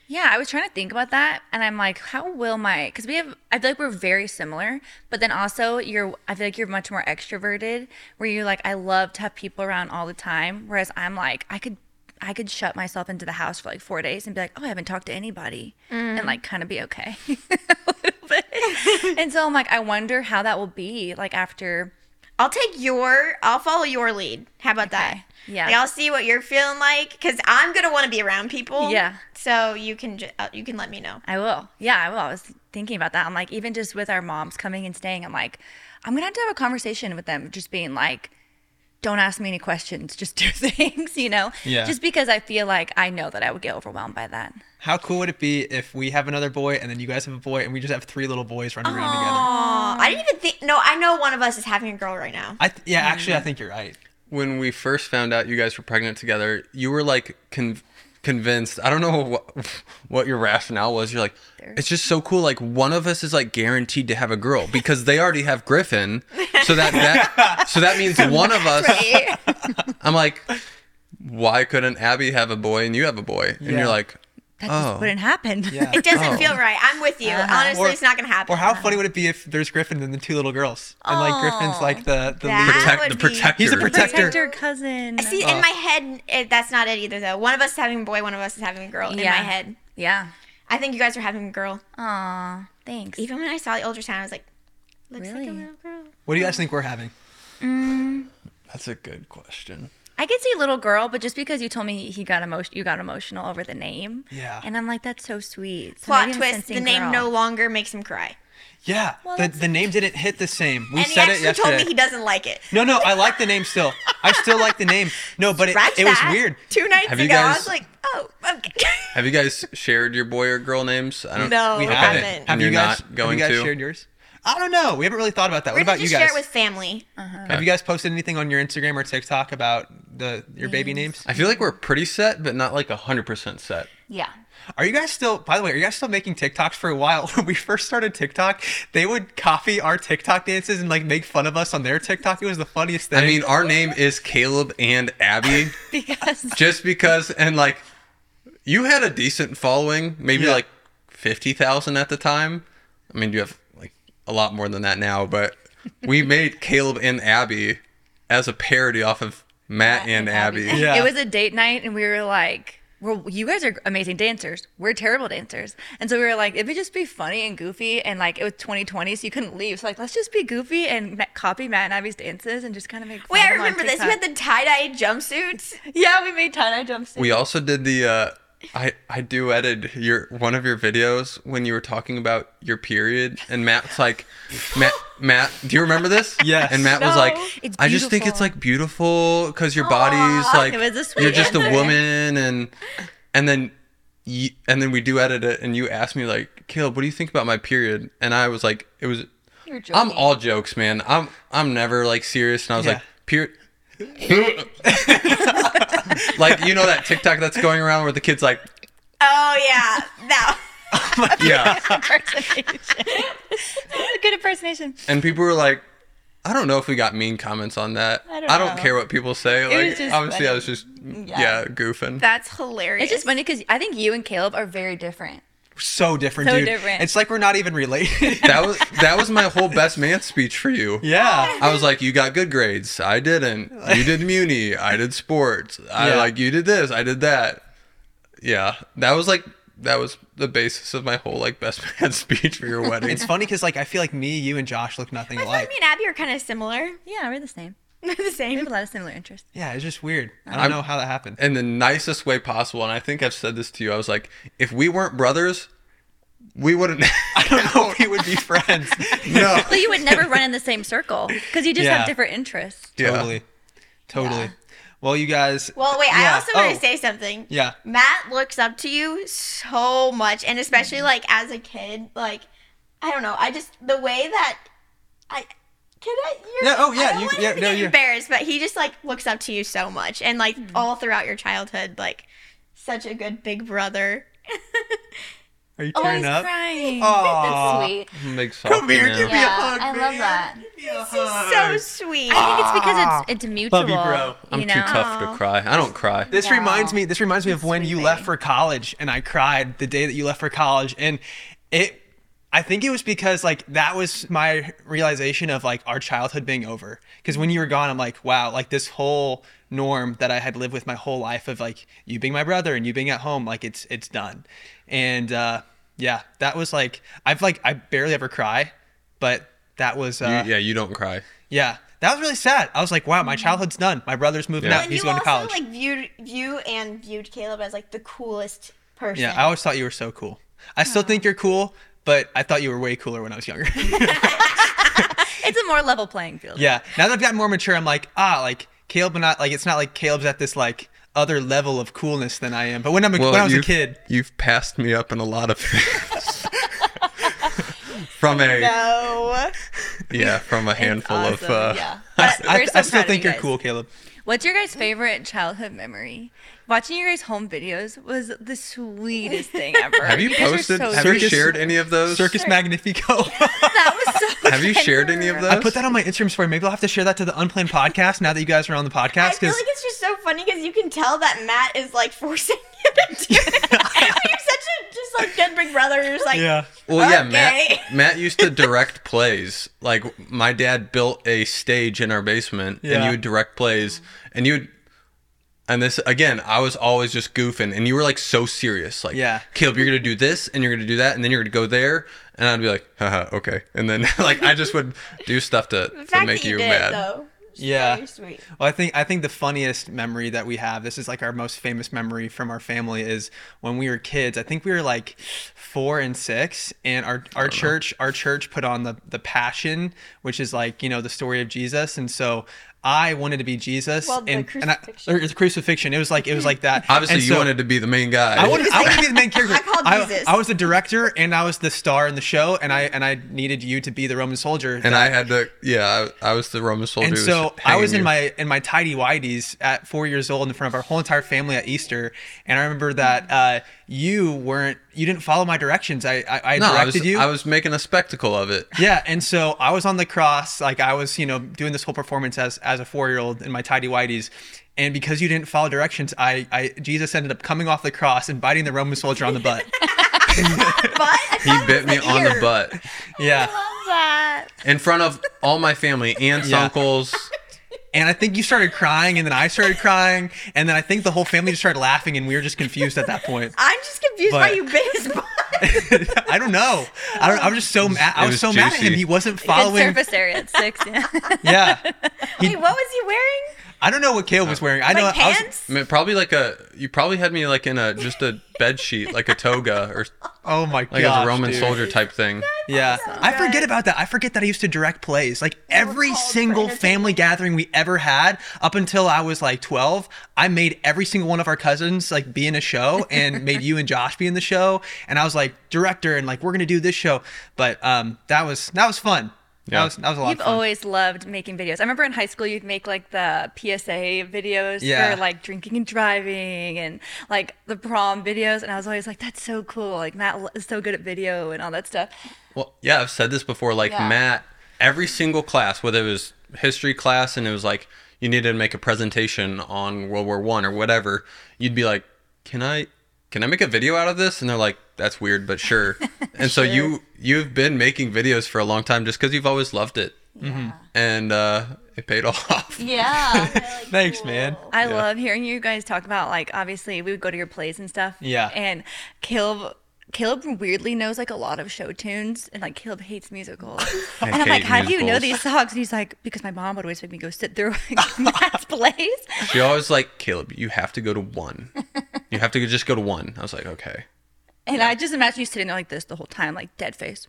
Speaker 3: Yeah, I was trying to think about that, and I'm like, how will my? Because we have, I feel like we're very similar, but then also you're, I feel like you're much more extroverted, where you're like, I love to have people around all the time, whereas I'm like, I could, I could shut myself into the house for like four days and be like, oh, I haven't talked to anybody, and like kind of be okay, a little bit. and so I'm like, I wonder how that will be like after.
Speaker 1: I'll take your, I'll follow your lead. How about that?
Speaker 3: Yeah.
Speaker 1: Like, I'll see what you're feeling like because I'm gonna want to be around people.
Speaker 3: Yeah.
Speaker 1: So you can ju- uh, you can let me know.
Speaker 3: I will. Yeah, I will. I was thinking about that. I'm like, even just with our moms coming and staying, I'm like, I'm gonna have to have a conversation with them, just being like, don't ask me any questions, just do things, you know?
Speaker 2: Yeah.
Speaker 3: Just because I feel like I know that I would get overwhelmed by that.
Speaker 2: How cool would it be if we have another boy and then you guys have a boy and we just have three little boys running around together?
Speaker 1: Aw, I didn't even think. No, I know one of us is having a girl right now.
Speaker 2: I th- yeah, actually, I think you're right.
Speaker 4: When we first found out you guys were pregnant together, you were like con- convinced. I don't know what, what your rationale was. You're like, it's just so cool. Like one of us is like guaranteed to have a girl because they already have Griffin. So that, that so that means one of us. I'm like, why couldn't Abby have a boy and you have a boy? And
Speaker 2: Yeah.
Speaker 4: you're like,
Speaker 3: That
Speaker 4: Oh.
Speaker 3: just wouldn't happen.
Speaker 2: Yeah.
Speaker 1: It doesn't
Speaker 4: Oh.
Speaker 1: feel right. I'm with you. Honestly,
Speaker 2: Or-
Speaker 1: it's not gonna happen.
Speaker 2: Or how funny would it be if there's Griffin and the two little girls, and like Griffin's like the the
Speaker 1: That-
Speaker 2: leader.
Speaker 4: protect the
Speaker 1: would be-
Speaker 4: protector.
Speaker 2: He's a protector.
Speaker 3: Protect your cousin.
Speaker 1: See, in my head, it, that's not it either, though. One of us is having a boy, one of us is having a girl. In
Speaker 3: Yeah.
Speaker 1: my head,
Speaker 3: Yeah.
Speaker 1: I think you guys are having a girl.
Speaker 3: Aw, thanks.
Speaker 1: Even when I saw the ultrasound, I was like, looks like
Speaker 3: Really?
Speaker 1: a little girl.
Speaker 2: What do you guys think we're having?
Speaker 4: That's a good question.
Speaker 3: I could see little girl, but just because you told me he got emotion, you got emotional over the name.
Speaker 2: Yeah.
Speaker 3: And I'm like, that's so sweet. So
Speaker 1: Plot
Speaker 3: maybe I'm
Speaker 1: twist: the
Speaker 3: sensing
Speaker 1: name
Speaker 3: girl.
Speaker 1: no longer makes him cry,
Speaker 2: Yeah, the, the name didn't hit the same. We
Speaker 1: and he
Speaker 2: said
Speaker 1: actually
Speaker 2: it
Speaker 1: told
Speaker 2: yesterday.
Speaker 1: me he doesn't like it.
Speaker 2: no, no, I like the name still. I still like the name. No, but it,
Speaker 1: Scratch
Speaker 2: it was
Speaker 1: that.
Speaker 2: weird.
Speaker 1: Two nights
Speaker 4: Have you
Speaker 1: ago, I
Speaker 4: guys-
Speaker 1: was like, oh, okay.
Speaker 4: Have you guys shared your boy or girl names? I don't
Speaker 1: No,
Speaker 2: We
Speaker 1: Okay.
Speaker 2: haven't.
Speaker 1: Oh, haven't.
Speaker 2: Have you
Speaker 4: You're
Speaker 2: guys
Speaker 4: not going
Speaker 2: have you guys
Speaker 4: to?
Speaker 2: shared yours? I don't know. We haven't really thought about that.
Speaker 1: We're
Speaker 2: what
Speaker 1: gonna
Speaker 2: about you
Speaker 1: just
Speaker 2: guys?
Speaker 1: share it with family.
Speaker 2: Have you guys posted anything on your Instagram or TikTok about the your baby names?
Speaker 4: I feel like we're pretty set, but not like hundred percent set.
Speaker 3: Yeah.
Speaker 2: Are you guys still, by the way, are you guys still making TikToks for a while? When we first started TikTok, they would copy our TikTok dances and like make fun of us on their TikTok. It was the funniest thing.
Speaker 4: I mean, our name is Caleb and Abby,
Speaker 3: Because
Speaker 4: just because. And like, you had a decent following, maybe
Speaker 2: Yeah.
Speaker 4: like fifty thousand at the time. I mean, you have like a lot more than that now, but we made Caleb and Abby as a parody off of Matt and Abby.
Speaker 2: Yeah.
Speaker 3: It was a date night, and we were like, well, you guys are amazing dancers. We're terrible dancers. And so we were like, it'd just be funny and goofy. And like, it was 2020, so you couldn't leave. So like, let's just be goofy and ma- copy Matt and Abby's dances and just kind of make fun
Speaker 1: Wait,
Speaker 3: of
Speaker 1: I
Speaker 3: them on
Speaker 1: remember this. You
Speaker 3: TikTok.
Speaker 1: had the tie dye jumpsuits.
Speaker 3: yeah, we made tie-dye jumps.
Speaker 4: We also did the. Uh, I I duetted your one of your videos when you were talking about your period, and Matt's like, Matt, Matt, do you remember this?
Speaker 2: Yes.
Speaker 4: And Matt was like,
Speaker 3: It's
Speaker 4: I just think it's
Speaker 3: beautiful.
Speaker 4: like beautiful because your body's like
Speaker 3: It was a sweet
Speaker 4: you're just a
Speaker 3: answer.
Speaker 4: woman, and and then. You, and then we duetted it, and you asked me like, "Caleb, what do you think about my period?" And I was like, "It was." I'm all jokes, man. I'm I'm never like serious, and I was
Speaker 2: Yeah.
Speaker 4: like, "Period." like you know that TikTok that's going around where the kids like,
Speaker 1: Oh yeah, that.
Speaker 4: yeah,
Speaker 3: impersonation. That's a good impersonation.
Speaker 4: and people were like, I don't know if we got mean comments on that. I
Speaker 3: don't know.
Speaker 4: care what people say. Like
Speaker 3: was just
Speaker 4: obviously, I
Speaker 3: funny.
Speaker 4: was just yeah, goofing.
Speaker 1: That's hilarious.
Speaker 3: It's just funny because I think you and Caleb are very different.
Speaker 2: So different,
Speaker 3: So
Speaker 2: dude.
Speaker 3: different.
Speaker 2: It's like we're not even related.
Speaker 4: that was that was my whole best man speech for you.
Speaker 2: yeah.
Speaker 4: I was like, you got good grades. I didn't. You did muni. I did sports. I
Speaker 2: Yeah.
Speaker 4: like you did this. I did that. Yeah, that was like that was the basis of my whole like best man speech for your wedding.
Speaker 2: It's funny because like I feel like me, you, and Josh look nothing
Speaker 1: I feel like
Speaker 2: alike.
Speaker 1: me and Abby are kind of similar.
Speaker 3: Yeah, we're the same.
Speaker 1: They're the
Speaker 3: We
Speaker 1: same.
Speaker 3: have a lot of similar interests.
Speaker 2: Yeah, it's just weird. I don't
Speaker 4: I'm-
Speaker 2: know how that happened.
Speaker 4: in the nicest way possible, and I think I've said this to you. I was like, if we weren't brothers, we wouldn't.
Speaker 2: I don't know if we would be friends.
Speaker 4: no.
Speaker 3: But you would never run in the same circle because you just
Speaker 2: Yeah.
Speaker 3: have different interests.
Speaker 4: Yeah.
Speaker 2: Totally. Totally. Well, you guys.
Speaker 1: Well, wait. I
Speaker 2: Yeah.
Speaker 1: also want
Speaker 2: Oh,
Speaker 1: to say something.
Speaker 2: Yeah.
Speaker 1: Matt looks up to you so much, and especially
Speaker 2: Mm-hmm.
Speaker 1: like as a kid, like I don't know, I just the way that I can I. You're,
Speaker 2: Yeah, oh, yeah,
Speaker 1: I don't
Speaker 2: you-
Speaker 1: want
Speaker 2: yeah,
Speaker 1: him to
Speaker 2: no,
Speaker 1: get
Speaker 2: you're- Mm-hmm.
Speaker 1: embarrassed, but he just like looks up to you so much, and like all throughout your childhood, like such a good big brother.
Speaker 2: Are you
Speaker 3: Oh,
Speaker 2: tearing
Speaker 3: he's
Speaker 2: up?
Speaker 3: crying.
Speaker 2: Aw.
Speaker 3: That's sweet.
Speaker 4: Big soft
Speaker 2: Come here,
Speaker 4: man.
Speaker 2: give me a
Speaker 3: Yeah,
Speaker 2: hug.
Speaker 3: I
Speaker 2: man.
Speaker 3: love that.
Speaker 2: Give me a
Speaker 1: so
Speaker 2: hug.
Speaker 1: sweet.
Speaker 3: I
Speaker 2: Ah,
Speaker 3: think it's because it's it's mutual.
Speaker 2: Love you, bro.
Speaker 4: I'm
Speaker 3: you know?
Speaker 4: too tough to cry. I don't cry.
Speaker 2: This reminds me. This reminds me of when you left for college, and I cried the day that you left for college, and it. I think it was because like that was my realization of like our childhood being over. Because when you were gone, I'm like, wow, like this whole norm that I had lived with my whole life of like you being my brother and you being at home, like it's it's done. And uh, yeah, that was like I've like I barely ever cry, but that was uh,
Speaker 4: You- yeah, you don't cry.
Speaker 2: yeah, that was really sad. I was like, wow, my childhood's done. My brother's moving
Speaker 4: Yeah.
Speaker 2: out.
Speaker 1: and
Speaker 2: He's
Speaker 1: Mm-hmm. you
Speaker 2: going
Speaker 1: also
Speaker 2: to college.
Speaker 1: like viewed you and viewed Caleb as like the coolest person.
Speaker 2: Yeah, I always thought you were so cool. I still think you're cool, but I thought you were way cooler when I was younger.
Speaker 3: It's a more level playing field.
Speaker 2: yeah. Now that I've gotten more mature, I'm like, ah, like Caleb, not like it's not like Caleb's at this like other level of coolness than I am. But when I'm a, when I was a
Speaker 4: you've-
Speaker 2: kid,
Speaker 4: you've passed me up in a lot of things. from a
Speaker 1: No.
Speaker 4: yeah, from a handful of uh,
Speaker 3: yeah.
Speaker 2: I,
Speaker 3: But
Speaker 2: I,
Speaker 3: we're so
Speaker 2: I still
Speaker 3: proud of
Speaker 2: think
Speaker 3: you
Speaker 2: you're
Speaker 3: guys.
Speaker 2: cool, Caleb.
Speaker 3: What's your guys' favorite childhood memory? Watching your guys' home videos was the sweetest thing ever.
Speaker 4: Have you,
Speaker 3: guys were
Speaker 4: posted?
Speaker 3: so
Speaker 4: have
Speaker 3: sweet.
Speaker 4: you shared any of those?
Speaker 2: Circus Magnifico.
Speaker 3: That was so.
Speaker 4: Have you shared any of those?
Speaker 2: I put that on my Instagram story. Maybe I'll have to share that to the Unplanned podcast now that you guys are on the
Speaker 1: I
Speaker 2: podcast.
Speaker 1: feel
Speaker 2: Because
Speaker 1: like it's just so funny because you can tell that Matt is like forcing you to do it. You're such a just like good big brother. You're just like,
Speaker 2: yeah,
Speaker 4: Well, yeah,
Speaker 1: Okay.
Speaker 4: Matt. Matt used to direct plays. Like my dad built a stage in our basement, and
Speaker 2: Yeah.
Speaker 4: you would direct plays, and you would. And this again, I was always just goofing, and you were like so serious, like,
Speaker 2: Yeah.
Speaker 4: Caleb, you're gonna do this, and you're gonna do that, and then you're gonna go there, and I'd be like, haha, okay, and then like I just would do stuff to,
Speaker 1: the
Speaker 4: to
Speaker 1: fact
Speaker 4: make
Speaker 1: that you,
Speaker 4: you
Speaker 1: did
Speaker 4: mad.
Speaker 1: it though. is
Speaker 2: Yeah.
Speaker 1: Very sweet.
Speaker 2: Well, I think I think the funniest memory that we have, this is like our most famous memory from our family, is when we were kids. I think we were like four and six, and our our church our church put on the the Passion, which is like you know the story of Jesus, and so. I wanted to be Jesus,
Speaker 1: Well, the
Speaker 2: and, and I,
Speaker 1: crucifixion.
Speaker 2: or the crucifixion. It was like it was like that.
Speaker 4: Obviously,
Speaker 2: And
Speaker 4: you
Speaker 2: so-
Speaker 4: wanted to be the main guy.
Speaker 2: I wanted, I wanted to be the main character.
Speaker 1: I called
Speaker 2: I,
Speaker 1: Jesus.
Speaker 2: I was the director, and I was the star in the show, and I and I needed you to be the Roman soldier.
Speaker 4: and I had to, yeah, I, I was the Roman soldier.
Speaker 2: And
Speaker 4: who
Speaker 2: so I
Speaker 4: hanging
Speaker 2: was in
Speaker 4: you.
Speaker 2: my in my tidy whities at four years old in front of our whole entire family at Easter, and I remember that uh, you weren't you didn't follow my directions. I I, I
Speaker 4: No, I
Speaker 2: directed
Speaker 4: was,
Speaker 2: you.
Speaker 4: I was making a spectacle of it.
Speaker 2: yeah, and so I was on the cross, like I was you know doing this whole performance as as a four year old in my tidy whities. And because you didn't follow directions, I, I Jesus ended up coming off the cross and biting the Roman soldier on the butt.
Speaker 1: But I
Speaker 4: He bit me on the
Speaker 1: ear.
Speaker 4: butt
Speaker 2: Yeah.
Speaker 1: love that.
Speaker 4: in front of all my family, aunts,
Speaker 2: Yeah.
Speaker 4: uncles,
Speaker 2: And I think you started crying, and then I started crying, and then I think the whole family just started laughing, and we were just confused at that point.
Speaker 1: I'm just confused why
Speaker 2: But-
Speaker 1: you bit his butt.
Speaker 2: I don't know. I don't. I was just so mad. I
Speaker 4: it
Speaker 2: was,
Speaker 4: was
Speaker 2: so mad at him.
Speaker 4: juicy.
Speaker 2: He wasn't
Speaker 3: Good
Speaker 2: following.
Speaker 3: surface area at six. Yeah.
Speaker 2: Yeah. He-
Speaker 1: Wait, what was he wearing?
Speaker 2: I don't know what Caleb was wearing. I know.
Speaker 1: Like
Speaker 2: I was-
Speaker 1: pants?
Speaker 4: I mean, probably like a you probably had me like in a just a bed sheet like a toga or
Speaker 2: oh my
Speaker 4: like
Speaker 2: god.
Speaker 4: as a Roman soldier type thing.
Speaker 2: Yeah. I forget about that. I forget that I used to direct plays. Like every
Speaker 1: called for
Speaker 2: single
Speaker 1: entertainment.
Speaker 2: family gathering we ever had up until I was like 12, I made every single one of our cousins like be in a show and made you and Josh be in the show and I was like director and like we're going to do this show. But um that was that was fun. That
Speaker 4: Yeah.
Speaker 2: was that was a lot
Speaker 3: You've
Speaker 2: of fun.
Speaker 3: always loved making videos. I remember in high school you'd make like the PSA videos
Speaker 2: Yeah.
Speaker 3: for like drinking and driving and like the prom videos, and I was always like, "That's so cool!" Like Matt l- is so good at video and all that stuff.
Speaker 4: Well, yeah, I've said this before. Like
Speaker 3: Yeah.
Speaker 4: Matt, every single class, whether it was history class and it was like you needed to make a presentation on World War One or whatever, you'd be like, "Can I, can I make a video out of this?" And they're like, "That's weird, but sure." and so you you've been making videos for a long time just because you've always loved it, and uh, it paid off.
Speaker 3: Yeah.
Speaker 2: Thanks, man.
Speaker 3: I love hearing you guys talk about like obviously we would go to your plays and stuff.
Speaker 2: Yeah.
Speaker 3: And Caleb Caleb weirdly knows like a lot of show tunes and like Caleb hates musicals. and I'm
Speaker 4: hate
Speaker 3: like, how do you know
Speaker 4: musicals."
Speaker 3: these songs? And he's like, because my mom would always make me go sit through like, Matt's plays.
Speaker 4: She always like, "Caleb, you have to go to one. You have to just go to one." I was like, "Okay."
Speaker 3: And I just imagine you sitting there like this the whole time, like dead face.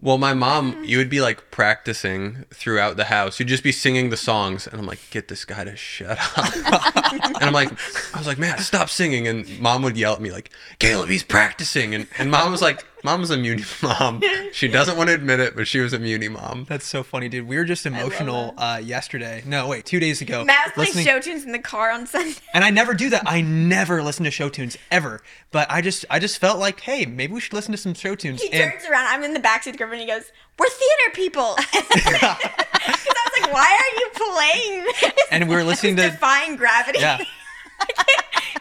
Speaker 4: Well, my mom,
Speaker 3: Mm.
Speaker 4: you would be like practicing throughout the house. You'd just be singing the songs, and I'm like, "Get this guy to shut up." and I'm like, I was like, "Matt, stop singing!" And mom would yell at me like, "Caleb, he's practicing!" And and mom was like, "Mom was a muni mom. She doesn't want to admit it, but she was a muni mom."
Speaker 2: That's so funny, dude. We were just emotional uh, yesterday. No, wait, two days ago.
Speaker 1: Matt was
Speaker 2: listening-
Speaker 1: playing show tunes in the car on Sunday.
Speaker 2: and I never do that. I never listen to show tunes ever. But I just I just felt like, hey, maybe we should listen to some show tunes.
Speaker 1: He
Speaker 2: and
Speaker 1: turns around. I'm in the backseat of the car, and he goes, "We're theater people." Because I was like, "Why are you playing?" This?
Speaker 2: and we were listening to
Speaker 1: defying gravity.
Speaker 2: yeah.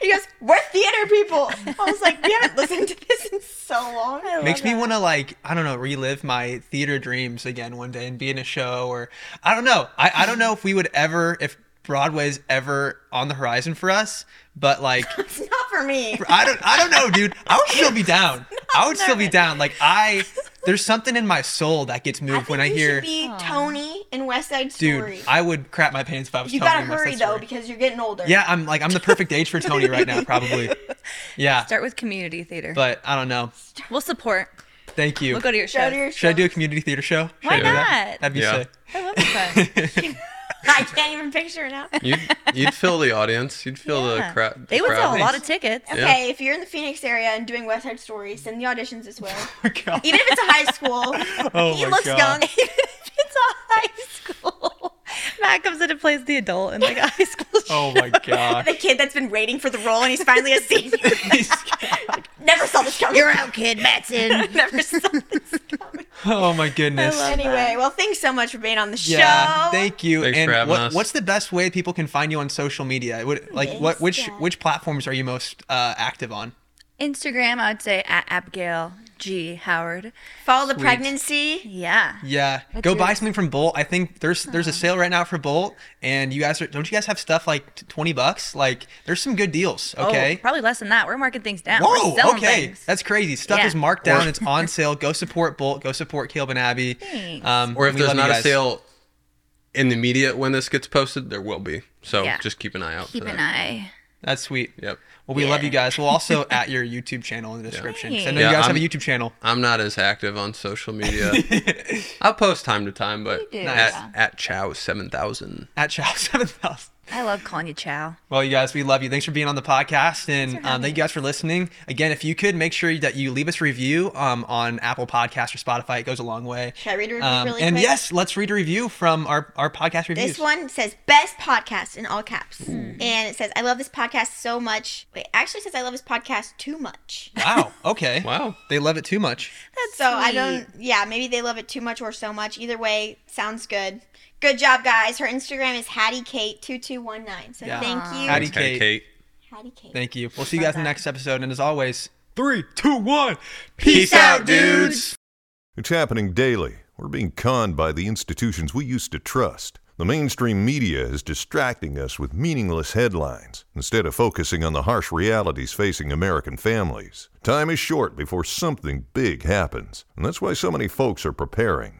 Speaker 1: he goes, "We're theater people." I was like, "We haven't listened to this in so long."
Speaker 2: Makes me want to like I don't know relive my theater dreams again one day and be in a show or I don't know I, I don't know if we would ever if Broadway's ever on the horizon for us but like
Speaker 1: It's not for me.
Speaker 2: I don't I don't know dude I would still be down I would still be down like I there's something in my soul that gets moved
Speaker 1: I think
Speaker 2: when I
Speaker 1: you
Speaker 2: hear
Speaker 1: should be Tony in West Side Story.
Speaker 2: dude I would crap my pants if I was
Speaker 1: you
Speaker 2: Tony
Speaker 1: gotta
Speaker 2: in West
Speaker 1: hurry
Speaker 2: Side
Speaker 1: though
Speaker 2: Story.
Speaker 1: because you're getting older.
Speaker 2: Yeah, I'm like I'm the perfect age for Tony right now, probably. Yeah,
Speaker 3: Start with community theater.
Speaker 2: but I don't know.
Speaker 3: we'll support.
Speaker 2: Thank you.
Speaker 3: We'll go to your
Speaker 1: Go
Speaker 3: show.
Speaker 1: to your
Speaker 2: Should I do a
Speaker 1: shows.
Speaker 2: community theater show? Should
Speaker 3: Why
Speaker 2: I do that? That'd
Speaker 3: not?
Speaker 2: be
Speaker 4: Yeah.
Speaker 2: sick. Oh
Speaker 3: I love that.
Speaker 1: I can't even picture it now.
Speaker 4: You'd, you'd fill the audience. You'd fill the,
Speaker 3: Yeah.
Speaker 4: crowd.
Speaker 3: They would sell a
Speaker 4: crowd.
Speaker 3: lot of tickets.
Speaker 1: Okay, if you're in the Phoenix area and doing West Side Story, send the auditions as well.
Speaker 2: Oh my God.
Speaker 1: Even if it's a high school,
Speaker 2: Oh
Speaker 1: he
Speaker 2: my
Speaker 1: looks
Speaker 2: God.
Speaker 1: young.
Speaker 3: it's a high school. Matt comes in and plays the adult in like a high school.
Speaker 2: Oh my god.
Speaker 1: the kid that's been waiting for the role and he's finally a senior. Never saw this coming.
Speaker 6: out, kid. That's in.
Speaker 1: Never saw this.
Speaker 2: oh my goodness.
Speaker 1: Anyway, well, thanks so much for being on the
Speaker 2: Yeah,
Speaker 1: show.
Speaker 2: thank you.
Speaker 4: Thanks
Speaker 2: and
Speaker 4: for having
Speaker 2: what,
Speaker 4: us.
Speaker 2: what's the best way people can find you on social media? Would, like what which
Speaker 1: Insta.
Speaker 2: which platforms are you most uh, active on?
Speaker 3: Instagram, I would say at Abigail G Howard.
Speaker 1: Follow the pregnancy.
Speaker 3: Yeah.
Speaker 2: Yeah, go buy something from Bolt. I think there's there's a sale right now for Bolt, and you guys are don't you guys have stuff like t- twenty bucks? Like there's some good deals. Okay,
Speaker 3: Oh, probably less than that. We're marking things down. We're
Speaker 2: Whoa,
Speaker 3: selling
Speaker 2: okay.
Speaker 3: things.
Speaker 2: That's crazy. Stuff
Speaker 3: Yeah.
Speaker 2: is marked down. it's on sale. Go support Bolt. Go support Caleb and Abby. Um,
Speaker 4: Or if
Speaker 2: we
Speaker 4: there's
Speaker 2: love you
Speaker 4: not a
Speaker 2: guys.
Speaker 4: sale in the media when this gets posted, there will be. So
Speaker 3: Yeah.
Speaker 4: just keep an eye out.
Speaker 3: Keep
Speaker 4: for
Speaker 3: an
Speaker 4: that.
Speaker 3: eye.
Speaker 2: That's sweet.
Speaker 4: Yep.
Speaker 2: Well, we love you guys. We'll also at your YouTube channel in the description. 'cause I know
Speaker 4: Yeah,
Speaker 2: you guys have
Speaker 4: I'm-
Speaker 2: a YouTube channel.
Speaker 4: I'm not as active on social media. I'll post time to time, but at, at Chow seven thousand.
Speaker 2: At Chow7000.
Speaker 3: I love calling you Chow.
Speaker 2: Well, you guys, we love you. Thanks for being on the podcast, and um, thank you guys for listening. Again, if you could make sure that you leave us a review um, on Apple Podcasts or Spotify, it goes a long way.
Speaker 1: Should I read a review
Speaker 2: Um,
Speaker 1: really
Speaker 2: and
Speaker 1: quick?
Speaker 2: yes, let's read a review from our, our podcast reviews.
Speaker 1: This one says best podcast in all caps. And it says, I love this podcast so much. Wait, actually it says I love this podcast too much.
Speaker 2: Wow. Okay.
Speaker 4: Wow.
Speaker 2: They love it too much.
Speaker 1: so I don't yeah, maybe they love it too much or so much. Either way, sounds good. Good job guys. Her Instagram is Hattie Kate two two one nine. So
Speaker 2: Yeah.
Speaker 1: thank you.
Speaker 2: Hattie
Speaker 1: Hattie,
Speaker 4: Okay,
Speaker 2: Kate.
Speaker 4: Kate.
Speaker 1: Kate.
Speaker 2: Thank you. We'll see you guys in the next episode. And as always, three, two, one. Peace,
Speaker 1: out,
Speaker 2: dudes.
Speaker 7: It's happening daily. We're being conned by the institutions we used to trust. The mainstream media is distracting us with meaningless headlines instead of focusing on the harsh realities facing American families. Time is short before something big happens, and that's why so many folks are preparing.